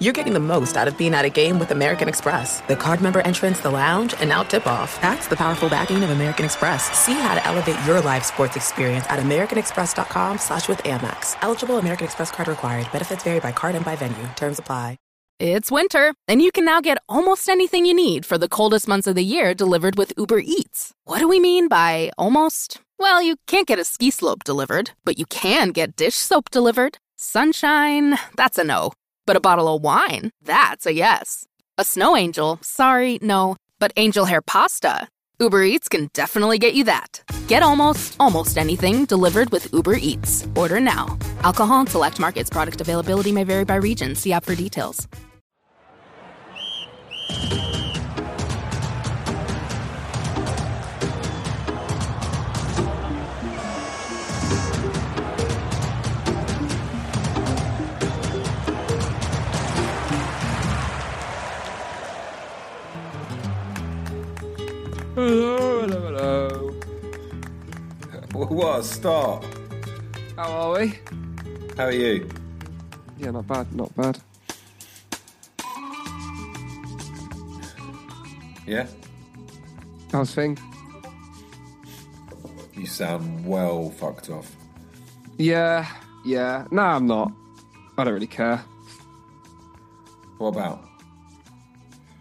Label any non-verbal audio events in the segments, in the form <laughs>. You're getting the most out of being at a game with American Express. The card member entrance, the lounge, and now tip off. That's the powerful backing of American Express. See how to elevate your live sports experience at americanexpress.com slash with Amex. Eligible American Express card required. Benefits vary by card and by venue. Terms apply. It's winter, and you can now get almost anything you need for the coldest months of the year delivered with Uber Eats. What do we mean by almost? Well, you can't get a ski slope delivered, but you can get dish soap delivered. Sunshine, that's a no. But a bottle of wine, that's a yes. A snow angel, sorry, no. But angel hair pasta, Uber Eats can definitely get you that. Get almost, almost anything delivered with Uber Eats. Order now. Alcohol and select markets product availability may vary by region. See app for details. Hello, hello, hello. What a start. How are we? How are you? Yeah, not bad, not bad. Yeah? How's thing? You sound well fucked off. Yeah, yeah. No, I'm not. I don't really care. What about?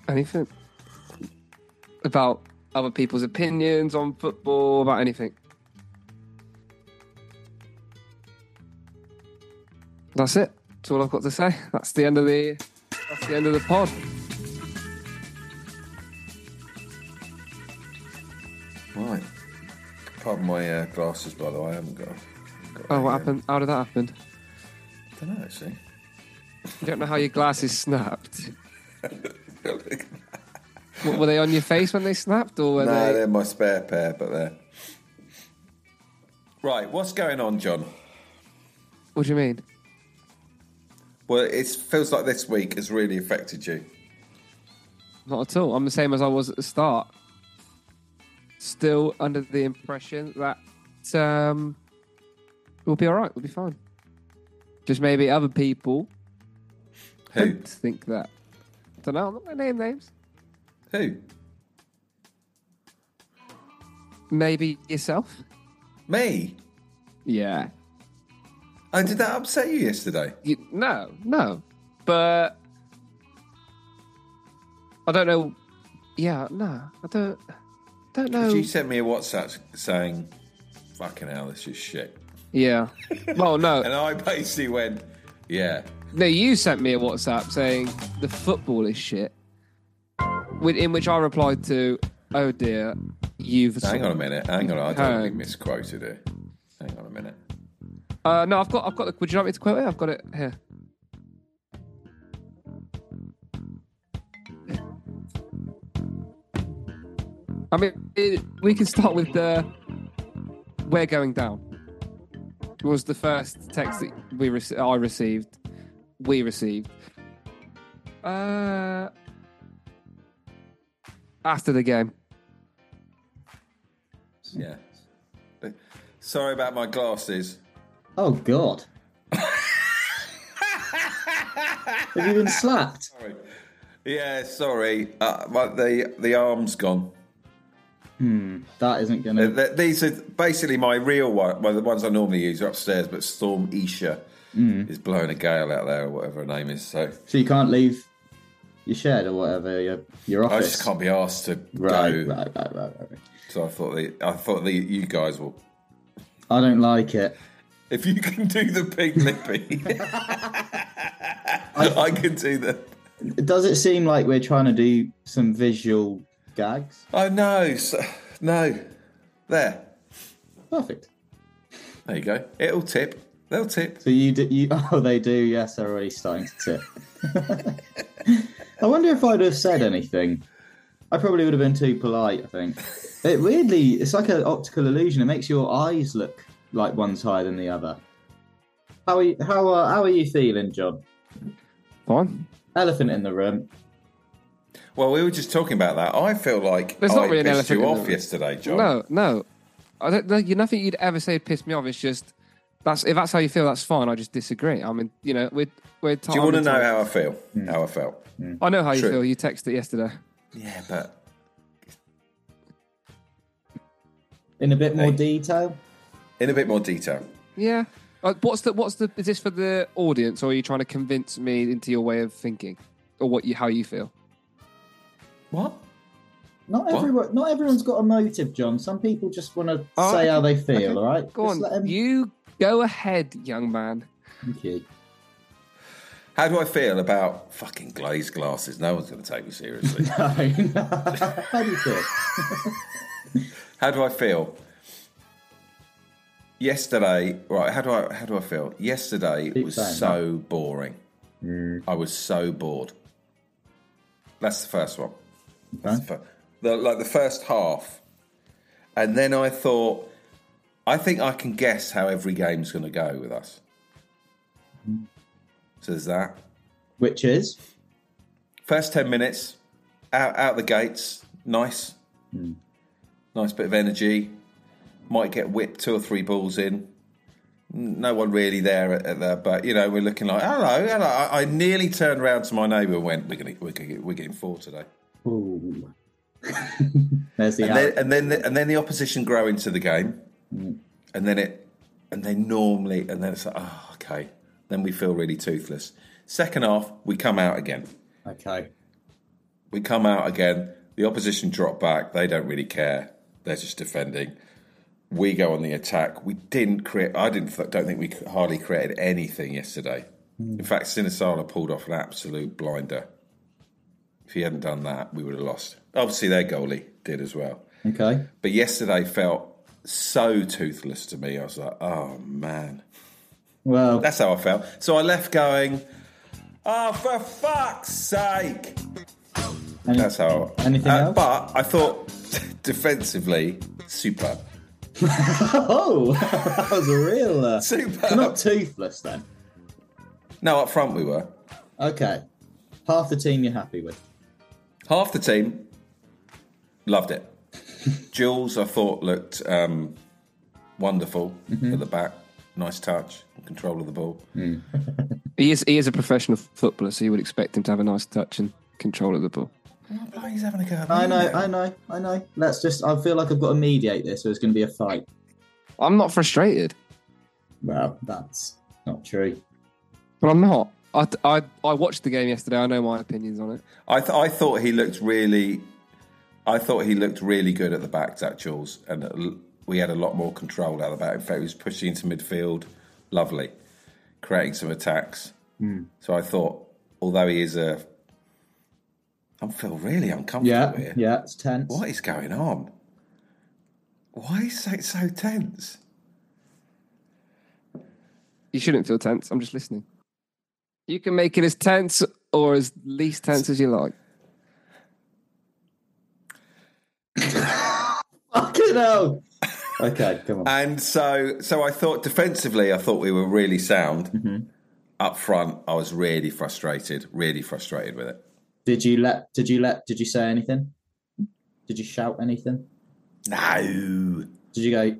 Anything about other people's opinions on football, about anything. That's it. That's all I've got to say. That's the end of the. That's the end of the pod. Right. Pardon my uh, glasses, by the way. I haven't got. got Oh, what any, um, happened? How did that happen? I don't know, actually. You don't know how your glasses snapped. What, were they on your face when they snapped, or were no, they? they're my spare pair, but they're. Right, what's going on, John? What do you mean? Well, it feels like this week has really affected you. Not at all. I'm the same as I was at the start. Still under the impression that um, we'll be all right. We'll be fine. Just maybe other people Who? don't think that. don't know. I'm not going to name names. Who? Maybe yourself. Me? Yeah. Oh, did that upset you yesterday? You, no, no. But I don't know. Yeah, no. I don't. Don't know. Because you sent me a WhatsApp saying, fucking hell, this is shit. Yeah. Well, no. And I basically went, yeah. No, you sent me a WhatsApp saying the football is shit. With, in which I replied to, "Oh dear, you've." Hang on a minute. Hang on. I Hang. don't think misquoted it. Hang on a minute. Uh, no, I've got. I've got. The, would you like me to quote it? I've got it here. I mean, it, we can start with the "We're going down." Was the first text that we rec- I received. We received. Uh, after the game. Yeah. Sorry about my glasses. Oh God. Have you been slapped? Sorry. Yeah, sorry. Uh, my, the the arm's gone. That isn't Uh, gonna. th- These are basically my real one. Well, the ones I normally use are upstairs, but Storm Isha Hmm. is blowing a gale out there, or whatever her name is. So So you can't leave your shed or whatever your your I office. just can't be asked to Right, go. right, right, right, right. right. So I thought the, I thought the, you guys will. I don't like it. If you can do the <laughs> pig lippy, I, can do the. Does it seem like we're trying to do some visual gags? Oh no, so, no, there, Perfect. there you go. It'll tip. They'll tip. So you do you? <laughs> Oh, they do. Yes, they're already starting to tip. I wonder if I'd have said anything. I probably would have been too polite. I think it weirdly it's like an optical illusion. It makes your eyes look like one's higher than the other. How are you, how are how are you feeling, John? Fine. Elephant in the room. Well, we were just talking about that. I feel like There's I not really an elephant pissed you in the off room. yesterday, John. No, no. I don't. No, you nothing you'd ever say pissed me off. It's just That's if that's how you feel, that's fine. I just disagree. I mean, you know, we're we're. Do you want to know how I feel? Mm. How I felt? I know how you True. feel. You texted it yesterday. Yeah, but in a bit more Hey. detail. in a bit more detail. Yeah. Uh, what's the what's the is this for the audience or are you trying to convince me into your way of thinking or what you how you feel? What? Not What? everyone. Not everyone's got a motive, John. Some people just want to All say right. how they feel. Oh, Okay, All right, Go Just let on. 'em- You go ahead, young man. Thank you. <laughs> How do I feel about fucking glazed glasses? No one's going to take me seriously. how do you feel? How do I feel? Yesterday, right? How do I how do I feel? Yesterday Keep was saying Mm. so boring. I was so bored. That's the first one. That's the fir- the, like the first half, and then I thought, I think I can guess how every game's going to go with us. Mm. So there's that. Which is First ten minutes, out out the gates, nice, nice bit of energy. Might get whipped two or three balls in. N- No one really there at, at there, but you know we're looking like hello, hello. I, I nearly turned around to my neighbour and went, "We're going we're gonna get, we're getting four today." Ooh. there's the And then and then the, and then the opposition grow into the game, and then it and then normally and then it's like oh okay. Then we feel really toothless. Second half, we come out again. out. okay. We come out again. The opposition drop back. They don't really care. They're just defending. We go on the attack. We didn't create. I didn't. th- Don't think we c- hardly created anything yesterday. In fact, Sinisala pulled off an absolute blinder. If he hadn't done that, we would have lost. Obviously, their goalie did as well. Okay. But yesterday felt so toothless to me. I was like, oh man. Well, That's how I felt. So I left going, oh, for fuck's sake. any- That's how. Uh, Anything else? But I thought <laughs> defensively, <laughs> superb. oh, <laughs> that was a real. Uh, Superb. not toothless then. No, up front we were. Okay. Half the team you're happy with. Half the team loved <laughs> it. Jules, I thought, looked um, wonderful Mm-hmm. at the back. Nice touch, control of the ball. He is he is a professional footballer, so you would expect him to have a nice touch and control of the ball. Mm. Oh, he's having a go. at me I know, now. I know, I know. Let's just. I feel like I've got to mediate this, or it's going to be a fight. I'm not frustrated, Well, that's not true. but I'm not. I, I, I watched the game yesterday. I know my opinions on it. I, th- I thought he looked really, I thought he looked really good at the back, Zach Jules, and uh, l- we had a lot more control out of the back. In fact, he was pushing into midfield, lovely, creating some attacks. Hmm. So I thought, although he is a, I feel really Yeah, uncomfortable here. yeah, it's tense. Oh, What is going on? Why is it so tense? You shouldn't feel tense. I'm just listening. You can make it as tense or as least tense as you like. Fucking hell. okay, come on. And so, so I thought defensively, I thought we were really sound. Mm-hmm. Up front, I was really frustrated, really frustrated with it. Did you let? Did you let? Did you say anything? Did you shout anything? No. Did you go?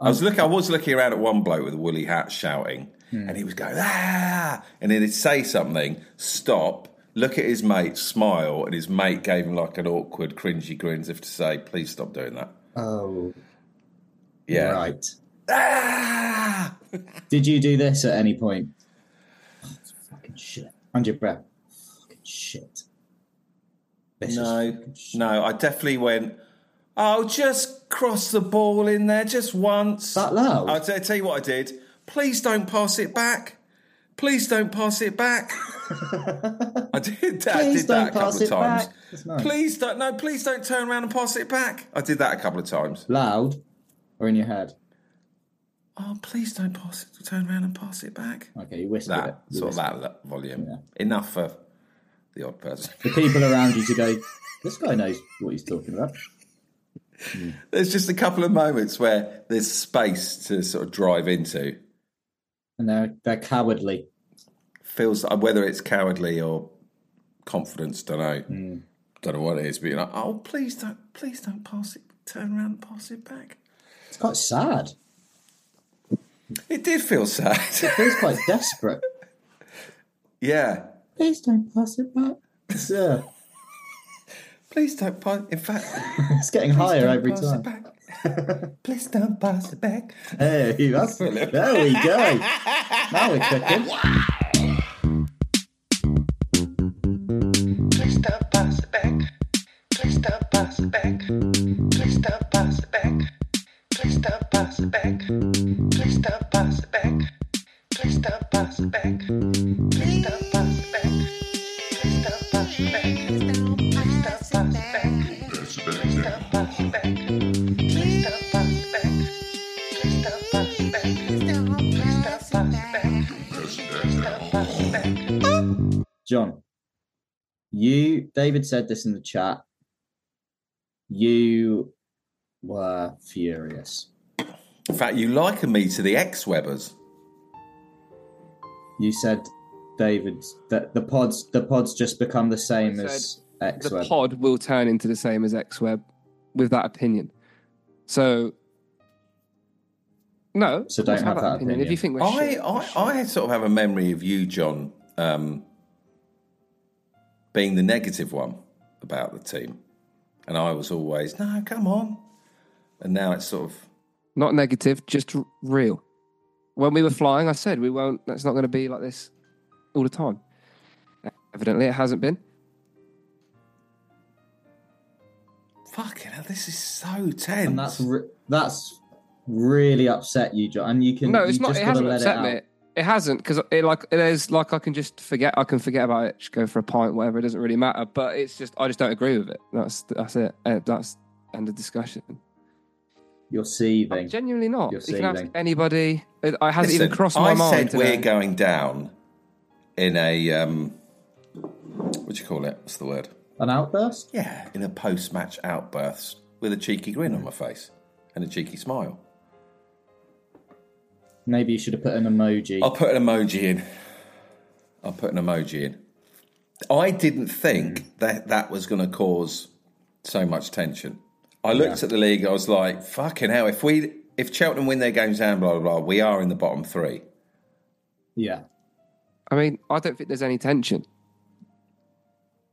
I was looking. I was looking around at one bloke with a woolly hat shouting, and he was going ah, and then he'd say something, stop, look at his mate, smile, and his mate gave him like an awkward, cringy grin as if to say, "Please stop doing that." Oh, Yeah. right. Ah! Did you do this at any point? Oh, it's fucking shit. Under your breath. Fucking shit. This Is No, fucking shit. no. I definitely went. Oh, just cross the ball in there, just once. That loud? I'll t- tell you what I did. Please don't pass it back. Please don't pass it <laughs> back. I did that. I Please did that a don't couple pass of it back. times. That's nice. Please don't. No, please don't turn around and pass it back. I did that a couple of times. Loud or in your head? Oh, please don't pass it. Turn around and pass it back. Okay, you whispered it. That You sort of whispered. that lo- volume. Enough for the odd person. The people around you to go, this guy knows what he's talking about. There's just a couple of moments where there's space to sort of drive into. And they're, they're cowardly. feels uh, whether it's cowardly or confidence. Don't know. Hmm. Don't know what it is. But you're like, oh, please don't, please don't pass it. Turn around and pass it back. It's quite sad. It did feel sad. <laughs> Feels quite desperate. yeah. Please don't pass it back. It's, uh, Please don't pass. In fact, it's getting higher don't every pass time. it back. <laughs> Please don't pass it back. Hey, that's there we go. Now we're cooking. <laughs> Please don't pass it back. Please don't pass it back. Please don't pass it back. Please don't pass it back. Please don't pass it back. Please don't pass it back. Please don't pass it back. Please don't pass it back. Please don't pass it back. Please don't pass it back. Please don't pass it back. Please don't pass it back. Please don't pass it back. Please don't pass it back. John, you, David said this in the chat. You were furious. In fact, you liken me to the ex Webbers. You said, David, that the pods, the pods just become the same I as the X Web. pod will turn into the same as X Web with that opinion. So, no. So don't let's have that If opinion. you think we're I, shit, I, I sort of have a memory of you, John, um, being the negative one about the team. And I was always, no, come on. And now it's sort of, not negative, just r- real. When we were flying, I said we won't. That's not going to be like this all the time. Evidently, it hasn't been. fucking hell, this is so tense. And that's re- that's really upset you, John. And you can No, it's you not. Just It gotta hasn't let upset it me. out. It hasn't because it like it is like I can just forget. I can forget about it. Just go for a pint, whatever. It doesn't really matter. But it's just I just don't agree with it. That's that's it. Uh, That's end of discussion. You're seething. Genuinely not. You're you can ask saving. anybody. It I hasn't even Listen, crossed my I mind. said we're today. going down in a, um, what do you call it? What's the word? An outburst? Yeah, in a post match outburst with a cheeky grin on my face and a cheeky smile. Maybe you should have put an emoji. Oh. I'll put an emoji in. I'll put an emoji in. I didn't think that that was going to cause so much tension. I looked at the league. I was like, "Fucking hell! If we if Cheltenham win their games down, blah blah blah, we are in the bottom three. Yeah. I mean, I don't think there's any tension.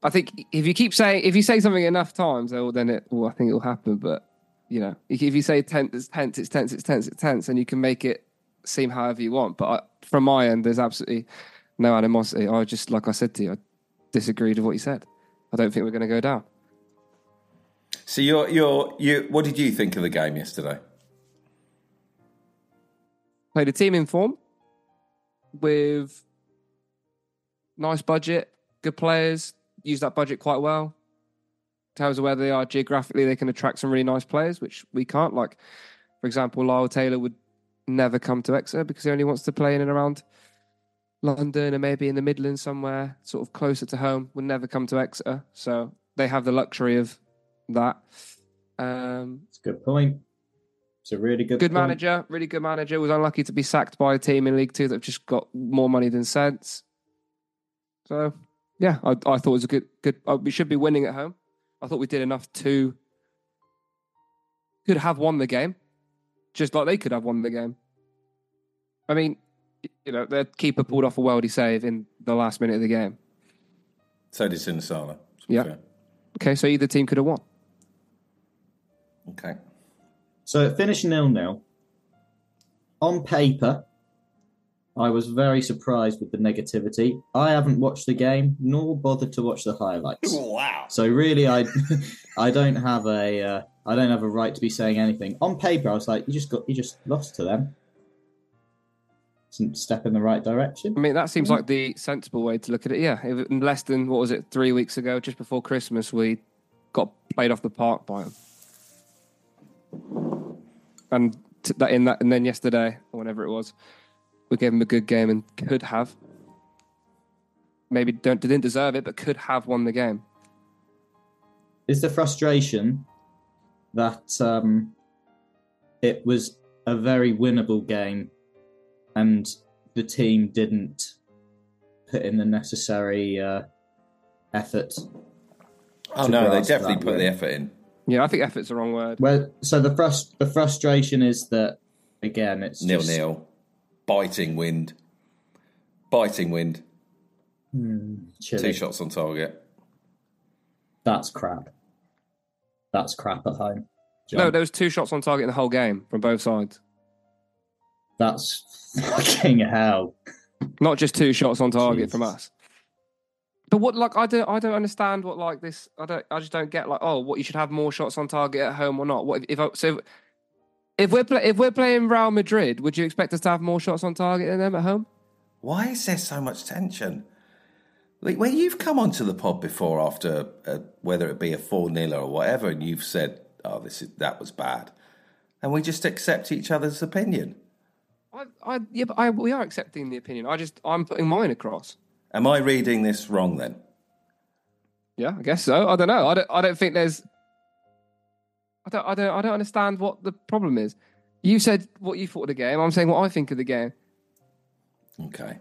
I think if you keep saying if you say something enough times, oh, then it well, I think it'll happen. But you know, if you say tense, it's tense, it's tense, it's tense, it's tense, and you can make it seem however you want. But I, from my end, there's absolutely no animosity. I just, like I said to you, I disagreed with what you said. I don't think we're going to go down. So you're you're you. What did you think of the game yesterday? Played a team in form with nice budget, good players, use that budget quite well. In terms of where they are geographically, they can attract some really nice players, which we can't. Like, for example, Lyle Taylor would never come to Exeter because he only wants to play in and around London and maybe in the Midlands somewhere, sort of closer to home, would never come to Exeter. So they have the luxury of that. Um, It's a good point. It's a really good good point. manager, really good manager. Was unlucky to be sacked by a team in League Two that have just got more money than sense. So, yeah, I, I thought it was a good, good. Uh, we should be winning at home. I thought we did enough to could have won the game, just like they could have won the game. I mean, y- you know, their keeper pulled off a worldy save in the last minute of the game. So did Sinisala. Yeah. Okay, so either team could have won. Okay. So it finished nil nil. On paper, I was very surprised with the negativity. I haven't watched the game nor bothered to watch the highlights. Wow. So really, I <laughs> I don't have a uh, I don't have a right to be saying anything. On paper, I was like, you just got you just lost to them. It's a step in the right direction. I mean, that seems like the sensible way to look at it. Yeah, if, less than what was it three weeks ago, just before Christmas, we got played off the park by them, and t- that in that, and then yesterday or whenever it was, we gave them a good game and could have maybe don't didn't deserve it, but could have won the game. Is the frustration that um, it was a very winnable game and the team didn't put in the necessary uh, effort? Oh To no, they grasp definitely that put the win. effort in. Yeah, I think effort's the wrong word. Well, so the frust- the frustration is that again, it's Nil just- nil. biting wind, biting wind, two Hmm, Chilly. shots on target. That's crap. That's crap at home. John. No, there was two shots on target in the whole game from both sides. That's <laughs> fucking hell. Not just two shots on target from Jesus. us. But what like I don't I don't understand what like this I don't I just don't get like oh what you should have more shots on target at home or not. What if, if I, so if we're play, if we're playing Real Madrid, would you expect us to have more shots on target than them at home? Why is there so much tension? Like when you've come onto the pod before after a, whether it be a four 0 or whatever, and you've said, "Oh, this is that was bad," and we just accept each other's opinion. I, I yeah, but I, we are accepting the opinion. I just I'm putting mine across. Am I reading this wrong then? Yeah, I guess so. I don't know. I don't. I don't think there's. I don't. I don't. I don't understand what the problem is. You said what you thought of the game. I'm saying what I think of the game. Okay.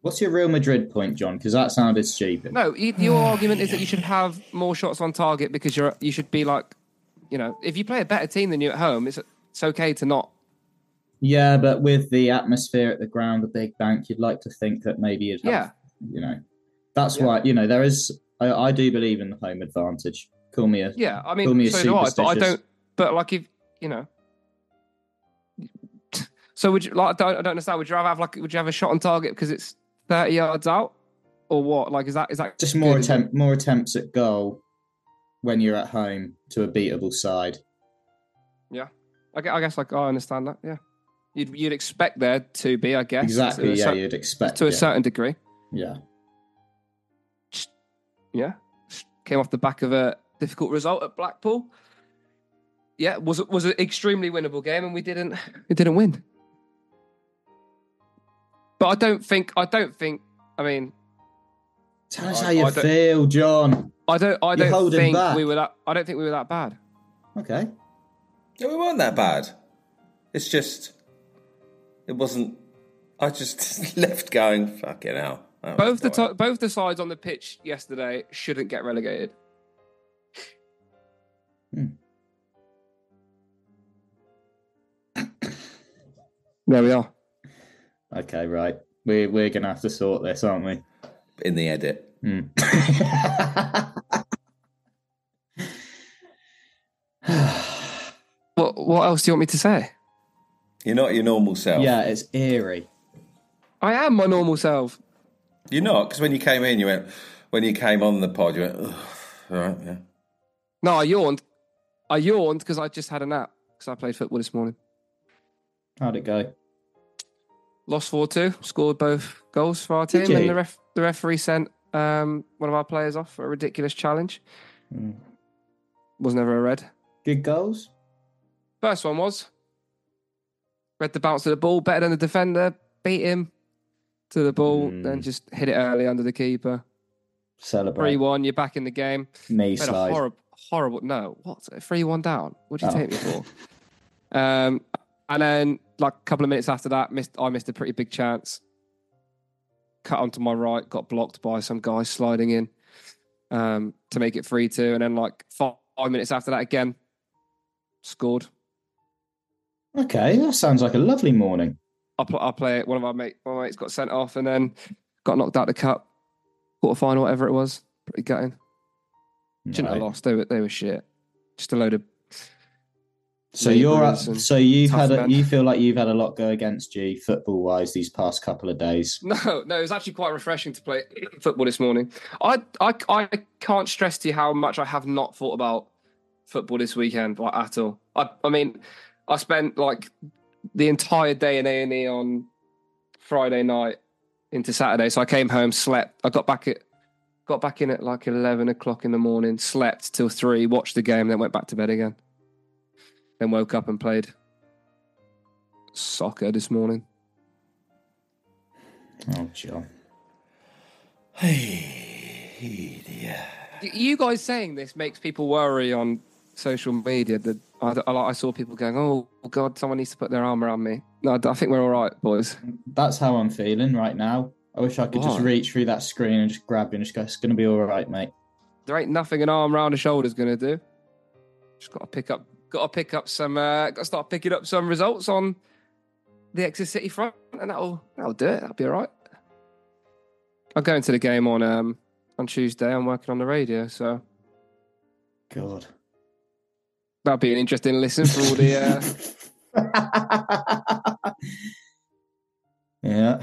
What's your Real Madrid point, John? Because that sounded stupid. No, y- your argument is that you should have more shots on target because you're. You should be like, you know, if you play a better team than you at home, it's it's okay to not. Yeah, but with the atmosphere at the ground, the big bank, you'd like to think that maybe you'd have, Yeah. you know. That's why, you know, there is, I, I do believe in the home advantage. Call me a, Yeah, I Call me mean, a so do I. But I superstitious. don't. But like, if you know. <laughs> So would you like? I don't, I don't understand. Would you rather have like? Would you have a shot on target because it's thirty yards out, or what? Like, is that is that just more good? attempt, more attempts at goal when you're at home to a beatable side. Yeah, I gue- I guess, like I understand that. Yeah, you'd you'd expect there to be, I guess, Exactly, to a, yeah, cer- you'd expect. to a it. certain degree. yeah. Yeah, came off the back of a difficult result at Blackpool. Yeah, was was an extremely winnable game, and we didn't we didn't win. But I don't think I don't think I mean Tell us I- how you I don't- feel, John. I don't I don't holding think back. we were that I don't think we were that bad. Okay. Yeah, we weren't that bad. It's just, it wasn't. I just <laughs> left going, fucking hell. that Both was the annoying." to- both the sides on the pitch yesterday shouldn't get relegated. Hmm. There we are. Okay, right. We're, we're going to have to sort this, aren't we? Hmm. in the edit. <laughs> What What else do you want me to say? You're not your normal self. Yeah, it's eerie. I am my normal self. You're not, because when you came in, you went, when you came on the pod, you went, "Ugh, all right, yeah. No, I yawned. I yawned because I just had a nap because I played football this morning. How'd it go? Lost four two. Scored both goals for our Did team, and you? the ref the referee sent um, one of our players off for a ridiculous challenge. Hmm. Was never a red. Good goals? First one was read the bounce of the ball better than the defender, beat him to the ball, then Hmm. just hit it early under the keeper. Three Celebrate. one, you're back in the game. Knee Been slide. a horrible, horrible. No, what? Three one down. What do you Oh. take me for? Um, and then like a couple of minutes after that, missed. I missed a pretty big chance. Cut onto my right, got blocked by some guy sliding in um, to make it three two, and then like five minutes after that again, scored. Okay, that sounds like a lovely morning. I play, I play it. One of our mate, one of my mates got sent off, and then got knocked out of the cup, quarter final, whatever it was. Pretty gutting. Shouldn't have Right. lost. They were they were shit. Just a load of So you're up, labourers and so you've tough had a, men. you feel like you've had a lot go against you football wise these past couple of days. No, no, it was actually quite refreshing to play football this morning. I, I, I can't stress to you how much I have not thought about football this weekend like, at all. I, I mean, I spent like the entire day in A and E on Friday night into Saturday, so I came home, slept. I got back at got back in at like eleven o'clock in the morning, slept till three, watched the game, then went back to bed again. Then woke up and played soccer this morning. Oh, John. Y- You guys saying this makes people worry on social media. That I, I, like- I saw people going, "Oh God, someone needs to put their arm around me." No, I d- I think we're all right, boys. That's how I'm feeling right now. I wish I could just Why? reach through that screen and just grab you and just go, it's going to be all right, mate. There ain't nothing an arm around a shoulder's gonna do. Just got to pick up, got to pick up some, uh, got to start picking up some results on the Exeter City front, and that'll that'll do it. That'll be all right. I'll go into the game on um on Tuesday. I'm working on the radio, so God. that'll be an interesting listen for all the. Uh, <laughs> yeah.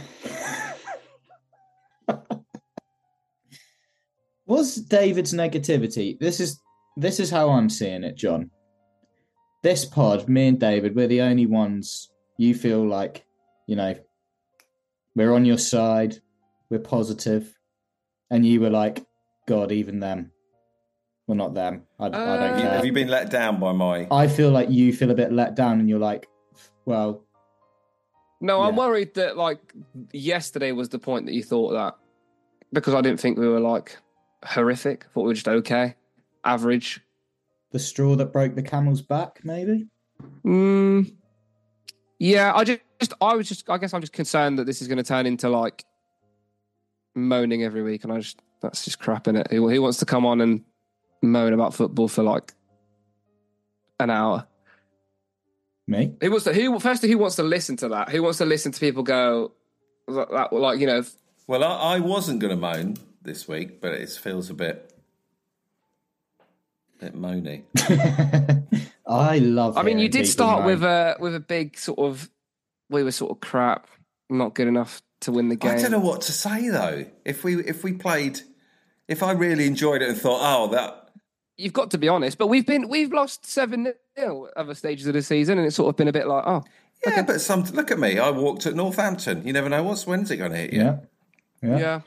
Was David's negativity? This is this is how I'm seeing it, John. This pod, me and David, we're the only ones you feel like, you know, we're on your side, we're positive, and you were like, God, even them. Well, not them. I, I Uh, don't Have you, care. have you been let down by my? I feel like you feel a bit let down, and you're like, well, no, I'm Yeah. worried that like yesterday was the point that you thought that because I didn't think we were like horrific. thought we were just okay, average. the straw that broke the camel's back, maybe. Mm, yeah, I just, just, I was just, I guess I'm just concerned that this is going to turn into like moaning every week, and I just, that's just crap in it. Who, who wants to come on and moan about football for like an hour? Me? <laughs> Who wants to? Who firstly, who wants to listen to that? Who wants to listen to people go that, that like you know? Well, I, I wasn't going to moan this week, but it feels a bit, bit moany. I love. I mean, you hearing did people start moan. with a with a big sort of we were sort of crap, not good enough to win the game. I don't know what to say though. If we if we played, if I really enjoyed it and thought, oh, that you've got to be honest. But we've been we've lost seven nil at other stages of the season, and it's sort of been a bit like, oh, yeah, but some look at me. I walked at Northampton. You never know what's when's it going to hit you. yeah. Yeah. yeah,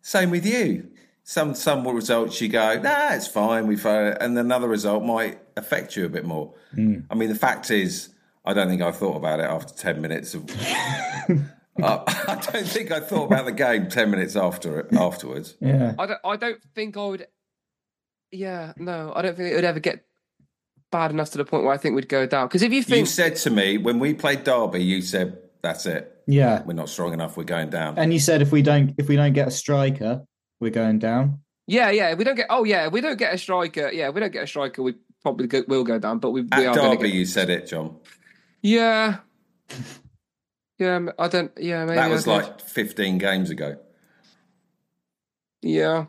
Same with you. Some some results you go, nah, it's fine. We've uh, and another result might affect you a bit more. Mm. I mean, the fact is, I don't think I thought about it after ten minutes <laughs> of. I <laughs> I don't think I thought about the game ten minutes after it afterwards. yeah. I don't, I don't think I would. Yeah, no, I don't think it would ever get bad enough to the point where I think we'd go down. Because if you You think, said to me when we played Derby, you said, "That's it. Yeah. We're not strong enough. We're going down." And you said if we don't if we don't get a striker, we're going down. yeah, yeah, if we don't get, oh yeah, if we don't get a striker, yeah, if we don't get a striker, we probably go, will go down. But we, we At are going to Derby, get, you said it, John. yeah, <laughs> yeah, m- I don't, yeah, maybe That I was did. like 15 games ago. yeah,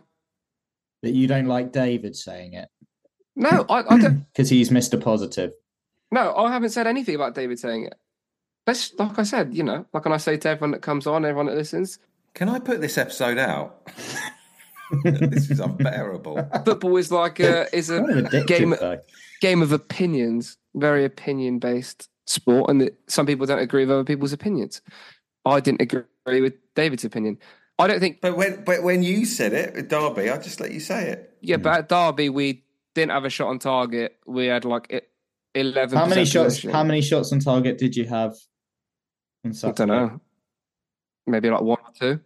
But you don't like David saying it Hmm. no, I, I don't. because he's Mister Positive. No, I haven't said anything about David saying it. Let's, like I said, you know, like when I say to everyone that comes on, everyone that <laughs> listens, Can I put this episode out? <laughs> this is unbearable. football is like a is Kind of a addictive, game though. game of opinions, very opinion based sport, and that some people don't agree with other people's opinions. I didn't agree with David's opinion. I don't think. But when but when you said it with Derby, I just let you say it. Yeah, Hmm. but at Derby we didn't have a shot on target. We had like e, eleven. How many shots? How many shots on target did you have? On I don't Saturday? know. Maybe like one or two.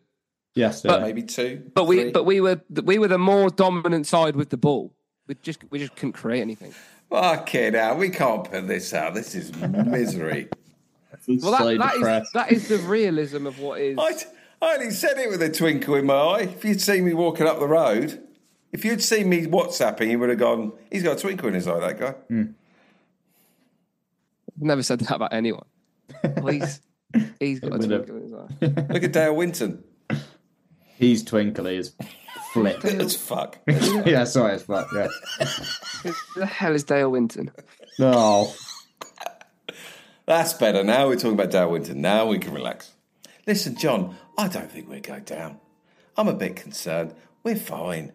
Yesterday. Maybe two. But we three. but we were we were the more dominant side with the ball. We just we just couldn't create anything. Fucking hell, we can't put this out. This is <laughs> misery. Well, that, that is that is the realism of what is. <laughs> I, I only said it with a twinkle in my eye. If you'd seen me walking up the road, if you'd seen me WhatsApping, you would have gone, he's got a twinkle in his eye, that guy. Hmm. Never said that about anyone. Please, he's got a would've. twinkle in his eye. Look at Dale Winton. He's twinkly as flip. <laughs> It's fuck. yeah, sorry, it's flip. Yeah. Who the hell is Dale Winton? No. That's better. Now we're talking about Dale Winton. Now we can relax. Listen, John, I don't think we'll go down. I'm a bit concerned. We're fine.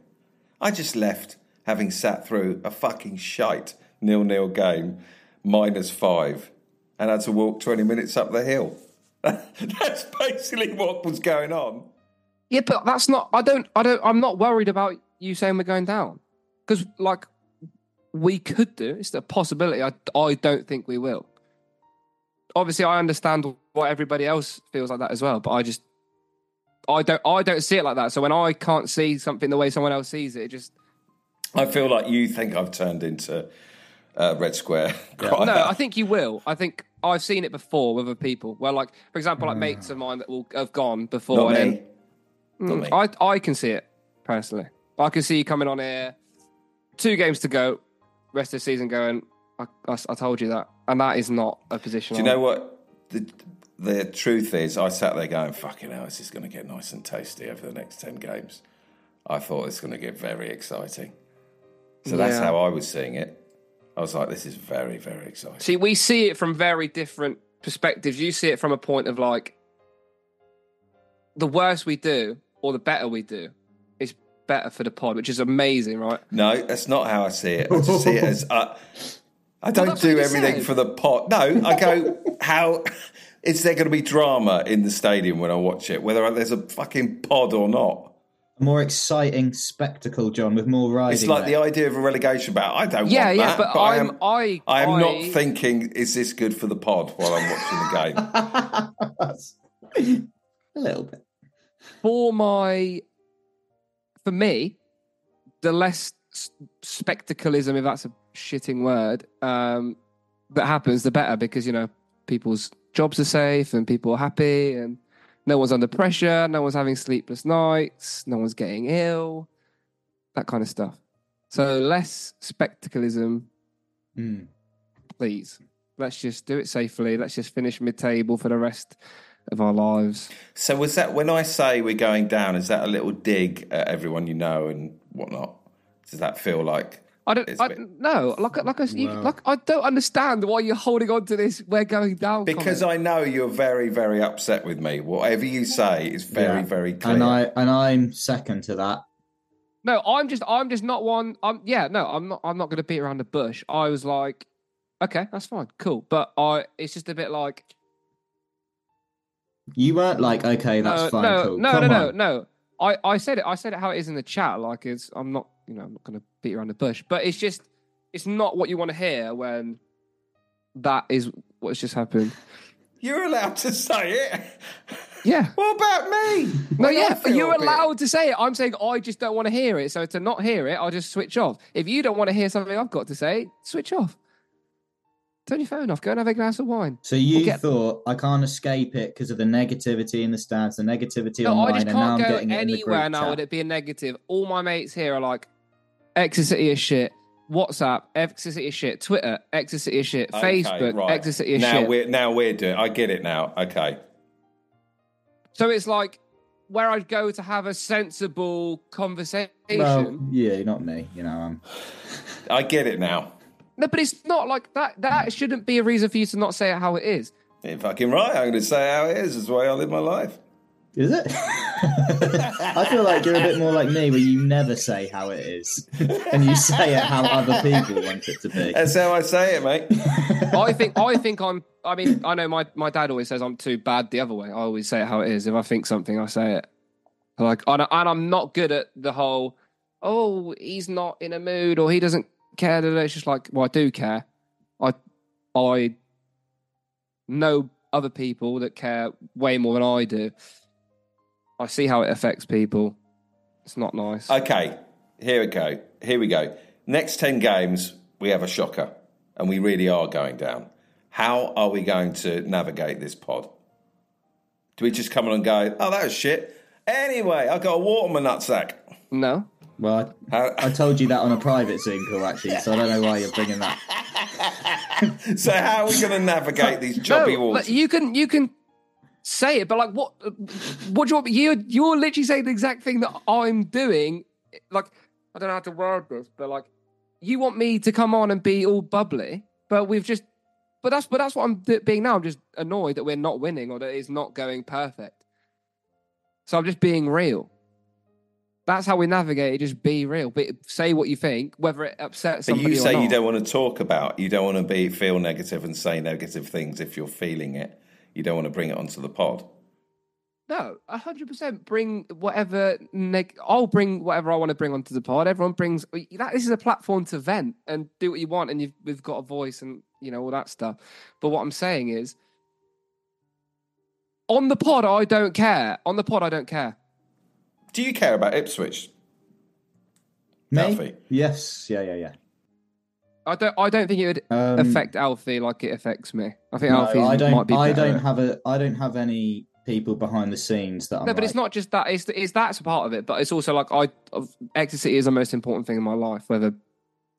I just left having sat through a fucking shite nil nil game, minus five, and had to walk 20 minutes up the hill. <laughs> That's basically what was going on. Yeah, but that's not. I don't. I don't. I'm not worried about you saying we're going down because like we could do. It's a possibility. I I don't think we will. Obviously, I understand why everybody else feels like that as well, but I just I don't I don't see it like that. So when I can't see something the way someone else sees it, it just I feel like you think I've turned into uh, Red Square. <laughs> Quite No, I think you will. I think I've seen it before with other people. Where, like, for example, like mates of mine that will have gone before. Hmm. Not and me. then- me. Mm, I I can see it personally. I can see you coming on here, two games to go, rest of the season going. I, I, I told you that, and that is not a position. Do you know what? The, the truth is, I sat there going, fucking hell, this is going to get nice and tasty over the next 10 games. I thought it's going to get very exciting. So that's Yeah. how I was seeing it. I was like, this is very, very exciting. See, we see it from very different perspectives. You see it from a point of like, the worse we do, or the better we do, is better for the pod, which is amazing, right? No, that's not how I see it. I just see it as uh, I don't that's what do you everything said. for the pot. No, I go how is there going to be drama in the stadium when I watch it, whether there's a fucking pod or not? A more exciting spectacle, John, with more riding. It's like the there. idea of a relegation battle. I don't Yeah, want yeah, that, but I I'm- am I- I am I- not thinking is this good for the pod while I'm watching <laughs> the game. a little bit. For my, for me, the less s- spectacleism, if that's a shitting word, um, that happens, the better because you know people's jobs are safe and people are happy and no one's under pressure, no one's having sleepless nights, no one's getting ill, that kind of stuff. So less spectacleism, Mm. please. Let's just do it safely. Let's just finish mid-table for the rest of our lives. so was that when I say we're going down? Is that a little dig at everyone you know and whatnot? Does that feel like? I don't. It's a I, bit- no, like, like, I, you, Wow. like, I don't understand why you're holding on to this. We're going down Because comment. I know you're very, very upset with me. Whatever you say is very, Yeah. very clear. And I and I'm second to that. No, I'm just I'm just not one. I'm yeah, no, I'm not I'm not going to beat around the bush. I was like, okay, that's fine, cool, but I it's just a bit like You weren't like, okay, that's no, fine. Uh, no, cool. no, Come no, no, on. no. I I said it. I said it how it is in the chat. Like it's I'm not you know I'm not going to beat around the bush, but it's just it's not what you want to hear when that is what's just happened. <laughs> You're allowed to say it. Yeah. What about me? No, When I yeah, feel you're a bit- allowed to say it. I'm saying I just don't want to hear it. So to not hear it, I just switch off. If you don't want to hear something I've got to say, switch off. Turn your phone off. Go and have a glass of wine. So you We'll get- thought I can't escape it because of the negativity in the stands, the negativity No, I online, just and now I'm can't go getting it in the anywhere group now chat. with it being negative. All my mates here are like, Exeter City is shit. WhatsApp, Exeter City is shit. Twitter, Exeter City is shit. Okay, Facebook, right. Exeter City is now shit. We're, now we're doing I get it now. Okay. So it's like where I'd go to have a sensible conversation. Well, yeah, not me. You know, I'm I get it now. No, but it's not like that. That shouldn't be a reason for you to not say it how it is. You're fucking right. I'm going to say how it is. It's the way I live my life. Is it? <laughs> I feel like you're a bit more like me, where you never say how it is, and you say it how other people want it to be. That's how I say it, mate. I think I think I'm. I mean, I know my, my dad always says I'm too bad the other way. I always say it how it is. If I think something, I say it. Like, and, I, and I'm not good at the whole. Oh, he's not in a mood, or he doesn't care. da, da, da." It's just like, well, I do care. I I know other people that care way more than I do. I see how it affects people. It's not nice. Okay, here we go. Here we go. Next 10 games, we have a shocker, and we really are going down. How are we going to navigate this pod? Do we just come on and go, oh, that was shit? Anyway, I got a water in my nutsack. no. Well, I, How, <laughs> I told you that on a private Zoom call, actually, so I don't know why you're bringing that. so, how are we going to navigate these choppy <laughs> No, like, waters? you can you can say it, but like what what do you want? You you're literally saying the exact thing that I'm doing. Like I don't know how to word this, but like you want me to come on and be all bubbly, but we've just but that's but that's what I'm d- being now. I'm just annoyed that we're not winning or that it's not going perfect. So I'm just being real. That's how we navigate. it, Just be real. Be, say what you think, whether it upsets But somebody or you say you not. don't want to talk about, you don't want to be feel negative and say negative things if you're feeling it. You don't want to bring it onto the pod. No, a hundred percent. Bring whatever. Neg- I'll bring whatever I want to bring onto the pod. Everyone brings. That this is a platform to vent and do what you want, and you've we've got a voice and you know all that stuff. But what I'm saying is, on the pod, I don't care. On the pod, I don't care. Do you care about Ipswich? Alfie. Yes, yeah, yeah, yeah. I don't. I don't think it would Um, affect Alfie like it affects me. I think No, Alfie I might don't. be. I better. don't have a. I don't have any people behind the scenes that. I'm No, but it's like- not just that. It's it's that's a part of it, but it's also like I of- ecstasy is the most important thing in my life, whether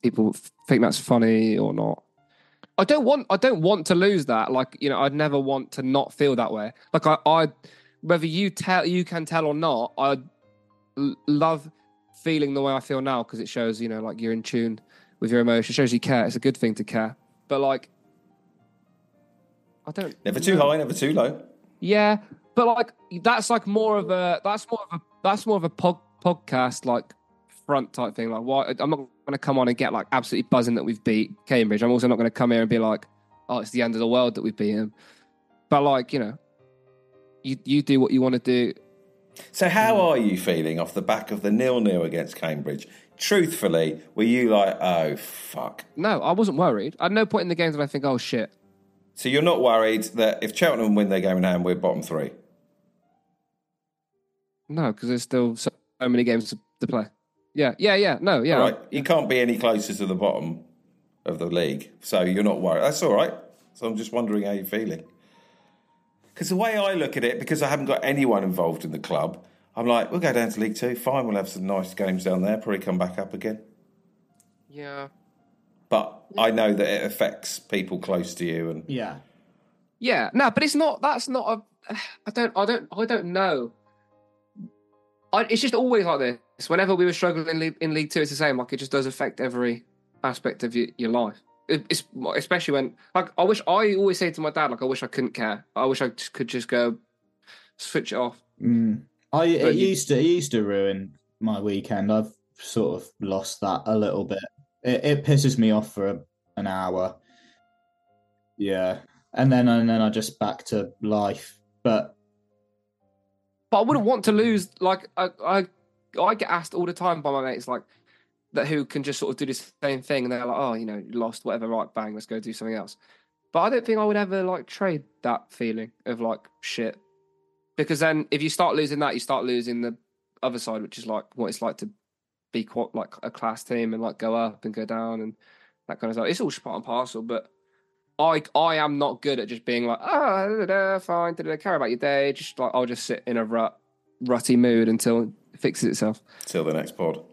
people f- think that's funny or not. I don't want I don't want to lose that. Like, you know, I'd never want to not feel that way. Like I, I whether you tell you can tell or not, I l- love feeling the way I feel now because it shows, you know, like you're in tune with your emotions. It shows you care. It's a good thing to care. But like I don't Never too high, never too low. yeah, but like that's like more of a that's more of a that's more of a pod, podcast like front type thing. Like, why I'm not going to come on and get like absolutely buzzing that we've beat Cambridge. I'm also not going to come here and be like, oh, it's the end of the world that we beat him. But like you know, you you do what you want to do. So, how are you feeling off the back of the nil-nil against Cambridge? Truthfully, were you like, oh fuck? No, I wasn't worried. At no point in the game did I think, oh shit. So you're not worried that if Cheltenham win their game in hand, we're bottom three? No, because there's still so, so many games to, to play. Yeah, yeah, yeah. No, yeah. All right, you can't be any closer to the bottom of the league, so you're not worried. That's all right. So I'm just wondering how you're feeling. Because the way I look at it, because I haven't got anyone involved in the club, I'm like, we'll go down to League Two. Fine, we'll have some nice games down there. Probably come back up again. Yeah. But I know that it affects people close to you, and Yeah. Yeah, no, but it's not. That's not a. I don't. I don't. I don't know. I, it's just always like this. Whenever we were struggling in League, in League Two, it's the same. Like it just does affect every aspect of your, your life. It- It's especially when like I wish I always say to my dad like I wish I couldn't care. I wish I just, could just go switch it off. Mm. I But it you- used to it used to ruin my weekend. I've sort of lost that a little bit. It, it pisses me off for a, an hour. Yeah, and then and then I just back to life. But But I wouldn't want to lose. Like I, I, I get asked all the time by my mates like that who can just sort of do this same thing, and they're like, oh, you know, you lost whatever, right? Bang, let's go do something else. But I don't think I would ever like trade that feeling of like shit, because then if you start losing that, you start losing the other side, which is like what it's like to be quite like a class team and like go up and go down and that kind of stuff. It's all part and parcel, but. I I am not good at just being like, oh, da, da, da, fine, da, da, da, care about your day. Just like I'll just sit in a rut, rutty mood until it fixes itself. till the next pod.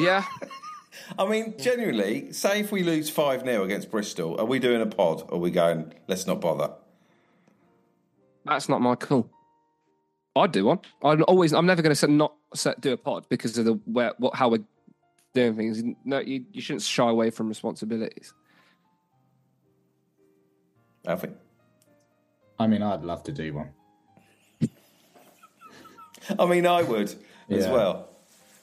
Yeah, I mean, genuinely, say if we lose 5 0 against Bristol, are we doing a pod or are we going, let's not bother? that's not my call. I'd do one. I'm always. I'm never going to not set, do a pod because of the where what how we're doing things. No, you you shouldn't shy away from responsibilities. Alfie? I mean, I'd love to do one. I mean, I would as Yeah. well.